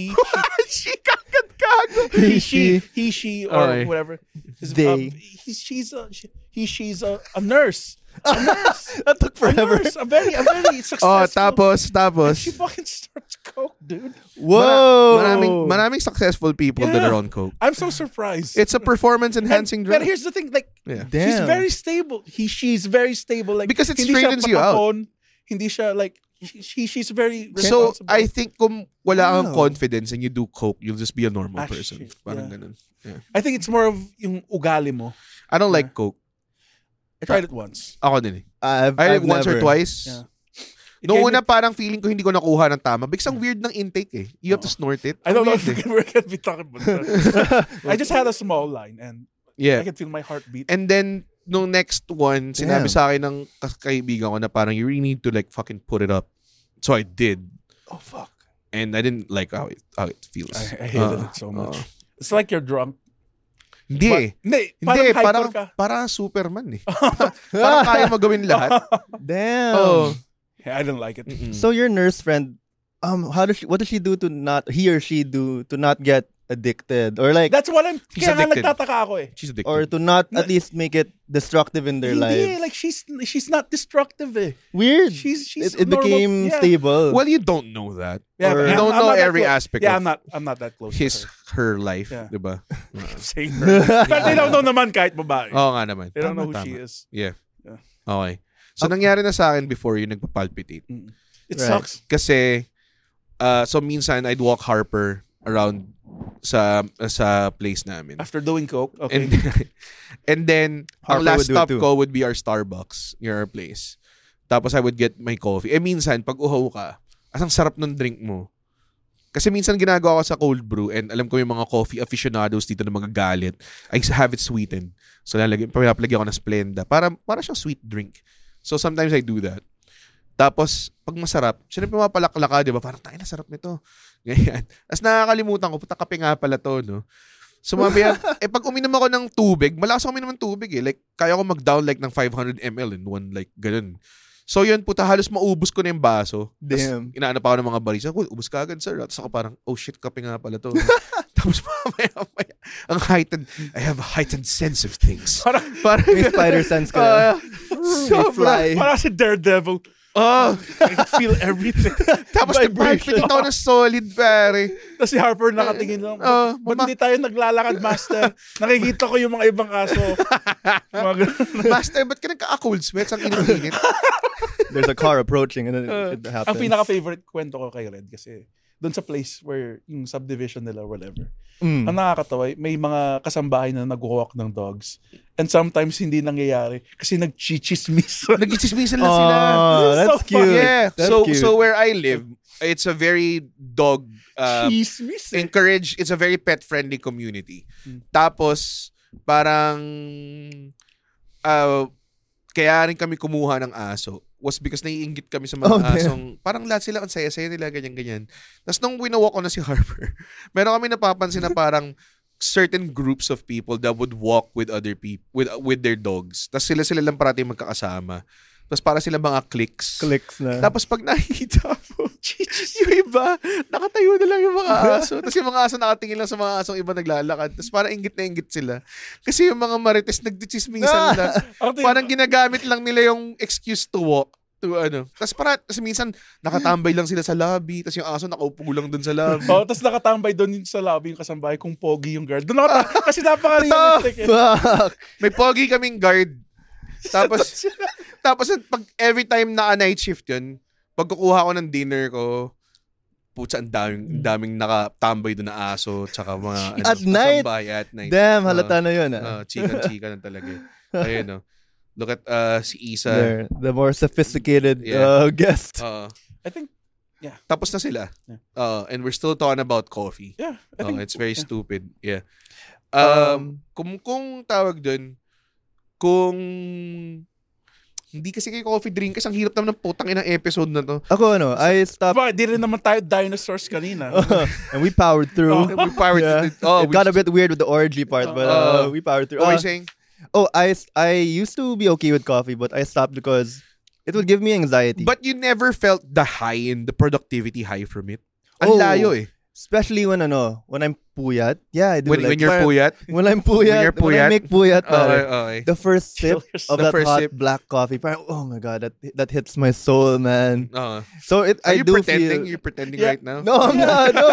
she kagad kago.
He,
he, she,
she.
he, she, or
Okay.
whatever. Is,
They.
um, he, she's a, she, he, she's a, a nurse. A nurse.
that took
a
forever.
nurse. A very, a very
<laughs>
successful.
Oh, tapos,
<laughs> She
tapos.
fucking starts coke, dude.
Whoa.
Maraming, maraming successful people that are
Yeah.
on coke.
I'm so surprised.
It's a performance enhancing
and,
drug.
But here's the thing, like
Yeah.
Damn.
she's very stable. He, she's very stable. Like
Because it
hindi siya
straightens you out.
pakapon, Hindi siya like she, she- she's very
So,
responsible.
I think kung wala kang
Wow.
confidence and you do coke, you'll just be a normal
Ah,
person.
shit.
Parang ganun.
Yeah. I think it's more of yung ugali mo.
I don't like coke.
I tried it once.
Ako din eh.
I've, I've
I once
never.
or
<laughs>
twice.
Yeah. It
Noong
gave
una
me-
parang feeling ko hindi ko nakuha ng tama. Bigsang weird ng intake eh. You have
Oh.
to snort it.
I don't know
Weird <laughs>
if
eh.
we're gonna be talking about that.
<laughs>
I just had a small line and
Yeah.
I can feel my heartbeat.
And then, nung next one,
Damn.
sinabi sa akin ng kas- kaibigan ko na parang you really need to like fucking put it up. So I did.
oh fuck!
And I didn't like how it, how it feels.
I, I hated
Ah,
it so much.
ah.
It's like you're drunk.
Hindi eh.
Hindi,
Hindi,
parang,
parang,
parang ka.
parang
<laughs>
Superman eh. parang kaya mo gawin lahat.
Damn.
Oh.
Yeah, I didn't like it.
Mm-mm.
So your nurse friend, um, how does she? What does she do to not? He or she do to not get addicted or like
That's what I'm.
He's
kaya nga
addicted.
nagtataka ako eh.
She's addicted.
or to not at least make it destructive in their
Hindi,
life.
like she's she's not destructive eh.
Weird.
She's she's
it, it
normal.
became
yeah.
stable. <laughs>
well, you don't know that.
Yeah,
Or-
but
You
I'm-
don't
I'm
know
not that
every
close.
aspect
Yeah,
of
I'm not. I'm not that close.
His,
to her.
her life,
Yeah.
di
<laughs>
ba?
I'm saying her.
<laughs>
But they don't know naman kahit babae.
Oh.
Oo nga naman.
they don't
Tama,
know who
tama.
she is.
Yeah.
Yeah.
Okay. So, nangyari na sa akin before yung nagpapalpitate.
Right.
It sucks.
Kasi, uh, so minsan, I'd walk Harper around sa sa place namin.
After doing coke, okay.
And, <laughs> and then,
Harper
ang last
would do it
stop
too.
ko would be our Starbucks near our place. Tapos I would get my coffee. Eh minsan, pag uhaw ka, asang sarap ng drink mo. Kasi minsan ginagawa ko sa cold brew and alam ko yung mga coffee aficionados dito na magagalit. I have it sweetened. So lalagyan, pinapalagyan ko ng Splenda. Para, para siyang sweet drink. So sometimes I do that. Tapos, pag masarap, syempre mapalakla ka, di ba? Parang, tayo na, sarap nito. <laughs> Ganyan. Tapos nakakalimutan ko, puta kape nga pala to, no? So,
<laughs>
mamaya, eh, pag uminom ako ng tubig, malakas ako uminom ng tubig, eh. Like, kaya ko mag-down, like, ng 500 ml in one, like, ganun. So, yun, puta, halos maubos ko na yung baso. Tapos,
Damn. <laughs>
inaanap ako ng mga barista, "Uy, ubos ka agad, sir. Tapos ako parang, oh shit, kape nga pala to. Tapos mamaya, mamaya, ang heightened, I have a heightened sense of things.
Parang,
Parang,
May spider sense ka na.
<laughs> Ah,
<laughs> May fly.
parang si Daredevil.
ah.
I
<laughs>
feel everything.
tapos
Vibration.
nagpapit ako ng solid, pare.
Tapos si Harper nakatingin lang.
Oh,
Ah,
Ba't
ma-
hindi tayo naglalakad, master? Nakikita ko yung mga ibang
<laughs>
aso. Mga ganun.
Master, ba't ka nagka-cold sweats?
<laughs>
Ang init-init.
There's a car approaching and then it, it happens.
Ang pinaka-favorite kwento ko kay Red kasi doon sa place where yung subdivision nila or whatever.
Mm.
Ang nakakatawa, may mga kasambahay na nag-walk ng dogs. And sometimes hindi nangyayari kasi nagchichismis.
<laughs>
Nag-chismisan lang sila.
Oh,
This is
that's
so fun.
cute.
Yeah.
That's
so
cute.
so where I live, it's a very dog uh,
Chismis eh.
encourage, it's a very pet-friendly community.
Hmm.
Tapos parang uh, kaya rin kami kumuha ng aso was because naiinggit kami sa mga
Oh, damn.
asong parang lahat sila ang saya-saya nila ganyan-ganyan. Tapos nung winawalk ko na si <laughs> Harper, meron kami napapansin na parang certain groups of people that would walk with other people with with their dogs. Tapos sila sila lang parating magkakasama. Tapos para sila mga clicks.
Clicks na.
Tapos pag nakikita mo, yung iba, nakatayo na lang yung mga aso. Tapos yung mga aso nakatingin lang sa mga asong iba naglalakad. Tapos parang ingit na ingit sila. Kasi yung mga marites nagdichismisan lang.
Ako din-
Parang ginagamit lang nila yung excuse to walk. To ano. Tapos para, kasi minsan nakatambay lang sila sa lobby. Tapos yung aso nakaupo lang dun sa lobby.
Oh, tapos nakatambay doon yung sa lobby yung kasambahay kung pogi yung guard. Doon nakatambay
<laughs>
kasi napaka-realistic eh.
Fuck.
May pogi kaming guard.
<laughs>
Tapos, tapos pag every time na night shift yun, pag kukuha ko ng dinner ko, putsa, ang daming, ang daming nakatambay doon na aso, tsaka mga ano,
At night?
kasambahay at night.
Damn, halata na yun. ah.
Uh, chikan-chika na talaga. eh. Ayun, no. Look at uh, si Isa.
There, the more sophisticated uh,
Yeah.
<laughs> guest.
Uh,
I think,
tapos na sila.
Yeah.
Uh, and we're still talking about coffee.
yeah.
Oh,
I think,
it's very
yeah.
stupid. Yeah. Um, kung kung tawag doon, kung hindi kasi kay coffee drinkers, ang hirap naman ng putang ina episode na
<laughs>
to.
Ako ano, I stopped
Diba, di rin naman tayo dinosaurs
<laughs>
kanina. <laughs>
and we powered through.
We powered
<laughs> Yeah.
oh,
it
we,
got a bit weird with the orgy part, but uh,
Uh,
we powered through.
oh,
Uh,
you're saying?
oh, I s- I used to be okay with coffee, but I stopped because it would give me anxiety.
But you never felt the high and the productivity high from it.
Oh.
Ang layo eh.
especially when ano, when I'm puyat. Yeah, I do.
When,
diba, like,
when you're
parang-
puyat.
When I'm
When
puyat.
you're
When, I
puyat. Uh,
make puyat,
Okay,
pare,
okay.
the first
Kill
sip
yourself.
of
The
that
first
hot
sip.
black coffee, parang, oh my god, that that hits my soul, man.
Uh,
So it,
are
I
you
do
pretending?
feel.
You're pretending
Yeah.
right now?
No,
<laughs>
I'm not. No,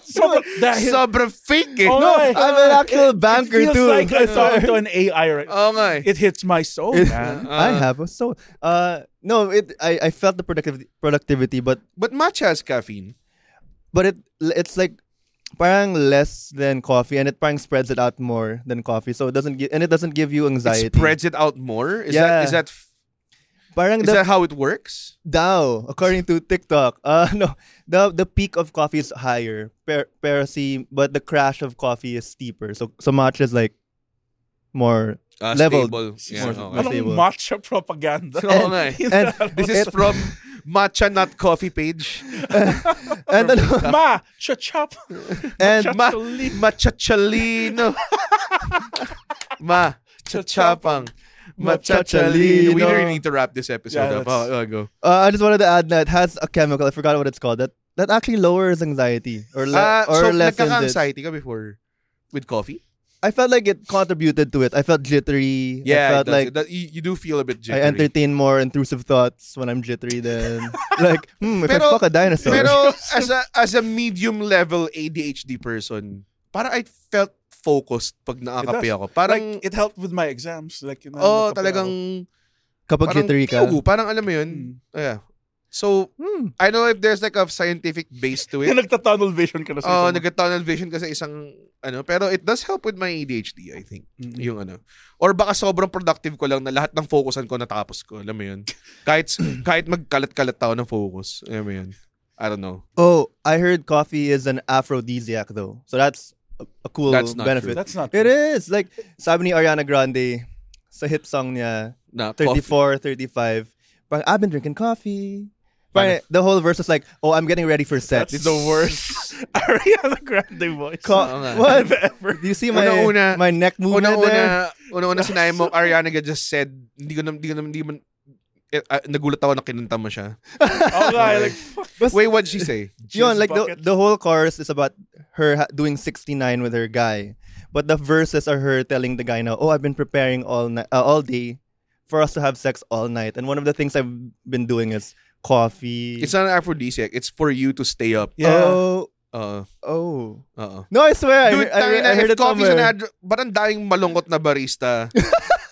Sobrang dahil.
Sobrang fake eh.
Oh,
no,
Ay,
I'm an actual banker
it feels
too.
like I talk to an AI right
Oh my.
It hits my soul,
It-
man.
I have a soul. Uh, no, it. I, I felt the productivity, productivity, but
But matcha has caffeine.
but it it's like parang less than coffee, and it parang spreads it out more than coffee. So it doesn't give and it doesn't give you anxiety.
It spreads it out more. Is
Yeah.
that is that
Parang
is
the
that how it works?
Dow, according to TikTok. <laughs> Uh, no, the the peak of coffee is higher, per, per se, but the crash of coffee is steeper. So so matcha is like more.
Uh,
Leveled.
Stable. Yeah,
More-
okay.
more
Anong
stable.
matcha propaganda?
<laughs>
<laughs>
Oo nga eh.
And
This is from Matcha Not Coffee page.
and <laughs> ano,
Ma, chachap.
and
Ma, machachalino. ma, chachapang. Machachalino. We really need to wrap this episode
Yeah,
up.
let's-
Oh, oh, go.
Uh, I just wanted to add that it has a chemical. I forgot what it's called. That that actually lowers anxiety or le-
Ah,
or
so,
lessens it.
nagkaka-anxiety ka before with coffee?
I felt like it contributed to it. I felt jittery. I
Yeah, it
felt
does.
like
It does- you, you do feel a bit jittery.
I entertain more intrusive thoughts when I'm jittery
<laughs>
than like hmm, if
Pero-
I fuck a dinosaur. <laughs>
Pero as a as a medium level ADHD person, para I felt focused pag nakakape
It does.
ako. Parang
like, it helped with my exams. Like, yun,
oh,
nakapila ako.
talagang
Kapag
parang
jittery ka,
tiyugo, parang alam mo 'yun. Yeah. So,
hmm,
I don't know if there's like a scientific base to
<laughs> <laughs> Yung
it.
nagta-tunnel vision ka na sa
Oh,
isang- <laughs>
nagka-tunnel vision kasi isang ano, pero it does help with my ADHD, I think.
Mm.
Yung ano. Or baka sobrang productive ko lang na lahat ng focusan ko natapos ko, alam mo 'yun. Kahit kahit magkalat-kalat tao ng focus, alam mo 'yun. I don't know.
oh, I heard coffee is an aphrodisiac though. So that's a, a cool
That's not
benefit.
That's not
It is like sabi ni Ariana Grande sa hit song niya
Na, coffee.
34, 35. Parang, "Ah, I've been drinking coffee. Parang, the whole verse is like, oh, I'm getting ready for sex.
That's the <laughs> worst Ariana Grande voice.
Co-
Oo nga.
<laughs> what? <laughs> Do you see my
Unang-una-
my neck movement there?
Una-una, una-una sinabi mo, Ariana ka just said, hindi ko na, hindi ko na, hindi man, eh, ah, nagulat ako na kinanta mo siya.
oh, God, like, fuck
Basta-
Wait, what'd she say?
Yun,
jizz
like the,
bucket.
the whole chorus is about her ha- doing 69 with her guy. But the verses are her telling the guy now, "Oh, I've been preparing all night, uh, all day, for us to have sex all night." And one of the things I've been doing is coffee.
It's not an aphrodisiac. It's for you to stay up.
Yeah.
Oh,
Uh,
oh.
uh
No, I swear.
Dude,
I,
tangin
I, I
na,
heard
if
it
coffee's an
somewhere.
ad- ba't ang daming malungkot
<laughs>
na barista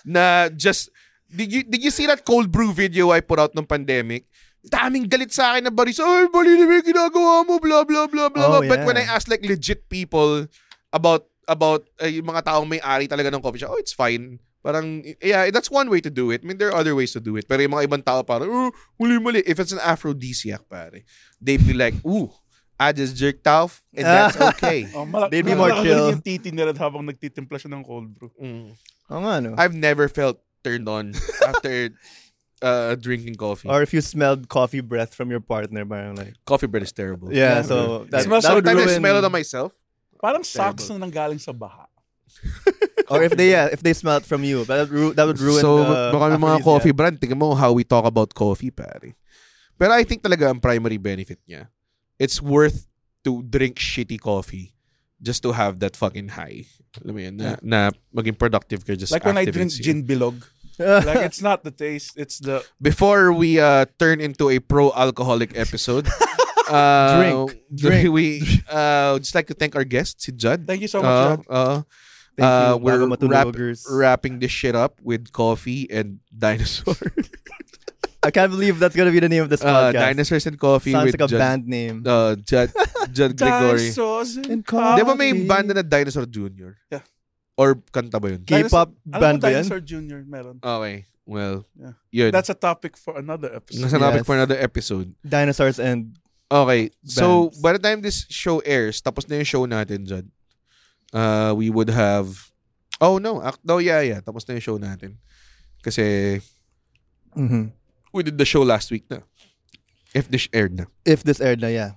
na just, did you, did you see that cold brew video I put out nung pandemic? Daming galit sa akin na barista, ay, mali na yung ginagawa mo, blah, blah, blah, blah.
Oh,
blah. But when I
yeah.
ask like legit people about, about uh, yung mga taong may ari talaga ng coffee shop, oh, it's fine. Parang, yeah, that's one way to do it. I mean, there are other ways to do it. Pero yung mga ibang tao parang, oh, muli, muli. If it's an aphrodisiac, pare, they'd be like, ooh, I just jerked off and
<laughs>
that's okay.
Oh, mala-
They'd be more
malaki
chill.
yung titi nila habang nagtitimpla siya ng cold brew.
Oo
Mm.
Oh, nga, no?
I've never felt turned on
<laughs>
after uh, drinking coffee.
Or if you smelled coffee breath from your partner, parang like.
coffee bread is terrible.
Yeah, so that,
It smells
that
so
would
Sometimes I
ruin-
smell it on myself.
Parang socks na nanggaling sa baha.
or if they yeah, if they smell it from you, that would ru- that would ruin.
so,
the
baka may mga
aphrodisiac.
coffee brand, tingnan mo how we talk about coffee, pare. Pero I think talaga ang primary benefit niya, it's worth to drink shitty coffee just to have that fucking high. Alam mo yun, na, na maging productive ka just
Like when I drink
activates you.
gin bilog. Like it's not the taste, it's the
before we uh, turn into a pro-alcoholic
<laughs>
episode, uh,
Drink, drink.
<laughs> We uh, would just like to thank our guest, si Judd.
Thank you so much, Judd.
Uh,
Thank
uh,
you,
we're
Bago
wrap-
Matulogers.
wrapping this shit up with coffee and <laughs> dinosaur.
I can't believe that's gonna be the name of this
uh,
podcast.
dinosaurs and coffee
Sounds
with
like a
Judd,
band name.
Uh, Judd,
<laughs>
Judd Gregory.
dinosaurs
And
Di
coffee.
ba may banda na Dinosaur Junior?
Yeah.
Or kanta ba yun?
K-pop
Alam
band
mo,
ba yan?
Dinosaur Junior meron.
Okay. Well,
Yeah.
yun.
That's a topic for another
<laughs>
episode.
Nasa
Yes.
topic for another episode.
Dinosaurs and
Okay. So,
Bands.
by the time this show airs, tapos na yung show natin, Judd. Uh, we would have... Oh, no. Act, no, yeah, yeah. Tapos na yung show natin. Kasi
mm-hmm.
we did the show last week na. If this aired na.
if this aired na, yeah.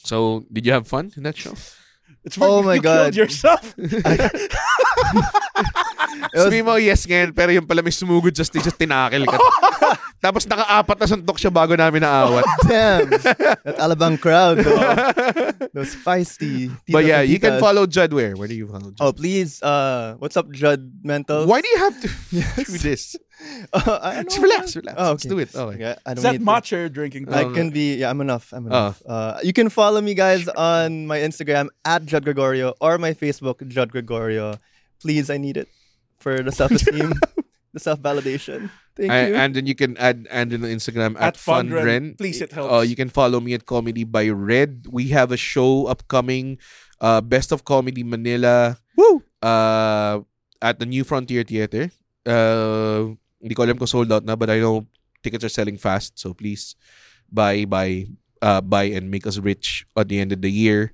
So, did you have fun in that show?
It's where
Oh my
you killed
God.
yourself.
<laughs> Sabi mo, yes ngayon, pero yung pala may sumugod sa stage at tinakil <laughs> ka. tapos naka-apat na suntok siya bago namin <laughs> naawat.
Damn, that Alabang crowd, though.
<laughs>
those feisty.
But
titas
yeah,
and
you can
titas.
follow Judd where? Where do you follow Judd?
Oh please, uh, what's up, Judd Mental?
Why do you have <laughs> to do
Yes.
this?
Uh, <laughs> I don't
Just
know.
relax, relax.
Oh,
Let's
okay.
do it. Okay.
Yeah, I
Is
don't
that
need to-
matcha you're drinking?
I
Um,
can be. Yeah, I'm enough. I'm enough. Uh, you can follow me guys on my Instagram at Judd Gregorio or my Facebook Judd Gregorio. Please, I need it
<laughs>
for the self esteem, the self validation. Thank
Oh, I-
you.
and then you can add and on Instagram at,
At Fundren.
Fundren.
Please, it helps.
Uh, you can follow me at Comedy by Red. We have a show upcoming, uh, Best of Comedy Manila. Woo! Uh, at the New Frontier Theater. Uh, hindi ko alam kung sold out na, but I know tickets are selling fast. So please buy, buy, uh, buy and make us rich at the end of the year.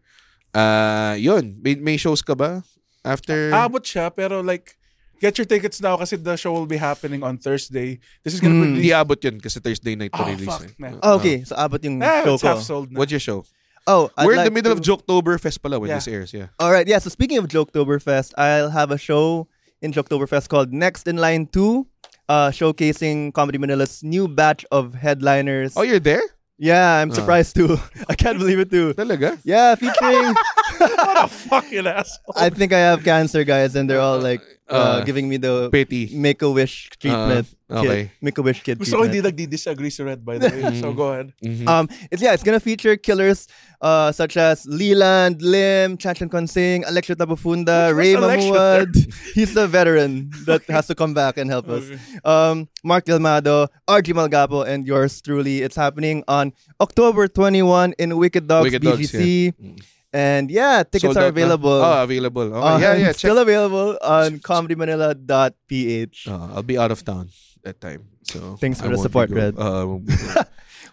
Uh, yun. May, may shows ka ba? After?
Ah, Abot siya, pero like, get your tickets now kasi the show will be happening on Thursday. This is
Mm.
gonna be
Hindi abot yun kasi Thursday night pa
Oh,
release.
fuck,
eh.
man.
oh, okay, so abot yung
Ah,
show
it's
ko.
half sold na.
What's your show?
Oh, I'd
We're in
like
the
to-
middle of Joktoberfest pala when
Yeah.
this airs, yeah.
All right, yeah. So speaking of Joktoberfest, I'll have a show in Joktoberfest called Next in Line Two, uh, showcasing Comedy Manila's new batch of headliners.
Oh, Uh. you're there?
yeah, I'm surprised too. <laughs> I can't believe it too.
Talaga?
Yeah, featuring.
<laughs>
fucking asshole.
I think I have cancer, guys, and they're all like uh,
Uh,
giving me the
Petty.
make a wish treatment.
Uh, okay.
kid- Make a wish kid.
Gusto ko hindi
treatment.
nagdi-disagree si Red, by the
Hmm.
way. so go ahead.
Um, it's yeah, it's gonna feature killers uh, such as Leland Lim, Chanchan Konsing, Alexia Tabafunda, Ray
Where's Alexia
Mamuad. He's a veteran that has to come back and help us. Um, Mark Delmado, RG Malgapo, and yours truly. It's happening on October 21 in Wicked Dogs
Wicked Dogs,
BGC. And yeah, tickets
Sold
are
out na?
available.
Oh, available. Okay.
Um,
yeah, yeah. Check.
Still available on comedymanila.ph.
Uh, I'll be out of town that time. So
Thanks for
I
the
won't
support,
be
Red.
go- Uh, I won't be go-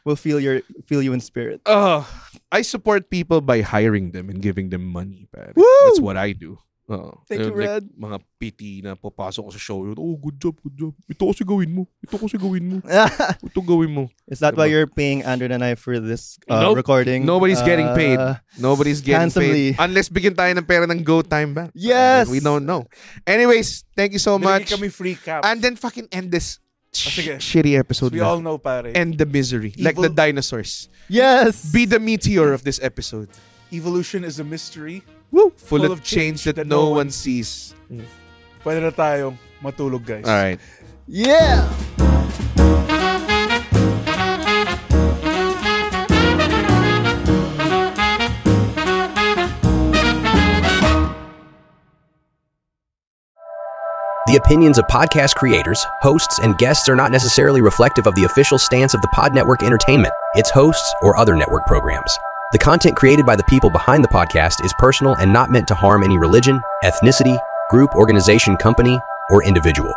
We'll feel your feel you in spirit. <laughs>
Uh, I support people by hiring them and giving them money. pare.
Woo!
That's what I do. Oo.
Thank you,
Like,
Red.
Mga PT na papasok ko sa show. Oh, good job, good job. Ito kasi gawin mo. Ito kasi gawin mo. Ito gawin mo.
Is that why you're paying Andrew and I for this uh,
Nope.
recording?
Nobody's getting paid.
Uh,
Nobody's getting
handsomely.
paid. Unless bigyan tayo ng pera ng go time back.
Yes!
we don't know. Anyways, thank you so much.
Binigay kami free cap.
And then fucking end this sh-
sige.
shitty episode.
we
na.
all know, pare.
End the misery. Like the
Evil-
dinosaurs.
Yes.
Be the meteor of this episode.
Evolution is a mystery.
Woo! Full,
Full
of,
of
change, that, no one sees.
Pwede na tayong matulog, guys.
All right.
Yeah!
The opinions of podcast creators, hosts, and guests are not necessarily reflective of the official stance of the Pod Network Entertainment, its hosts, or other network programs. The content created by the people behind the podcast is personal and not meant to harm any religion, ethnicity, group, organization, company, or individual.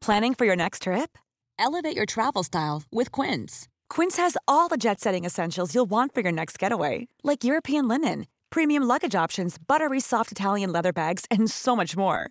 Planning for your next trip? Elevate your travel style with Quince. Quince has all the jet setting essentials you'll want for your next getaway, like European linen, premium luggage options, buttery soft Italian leather bags, and so much more.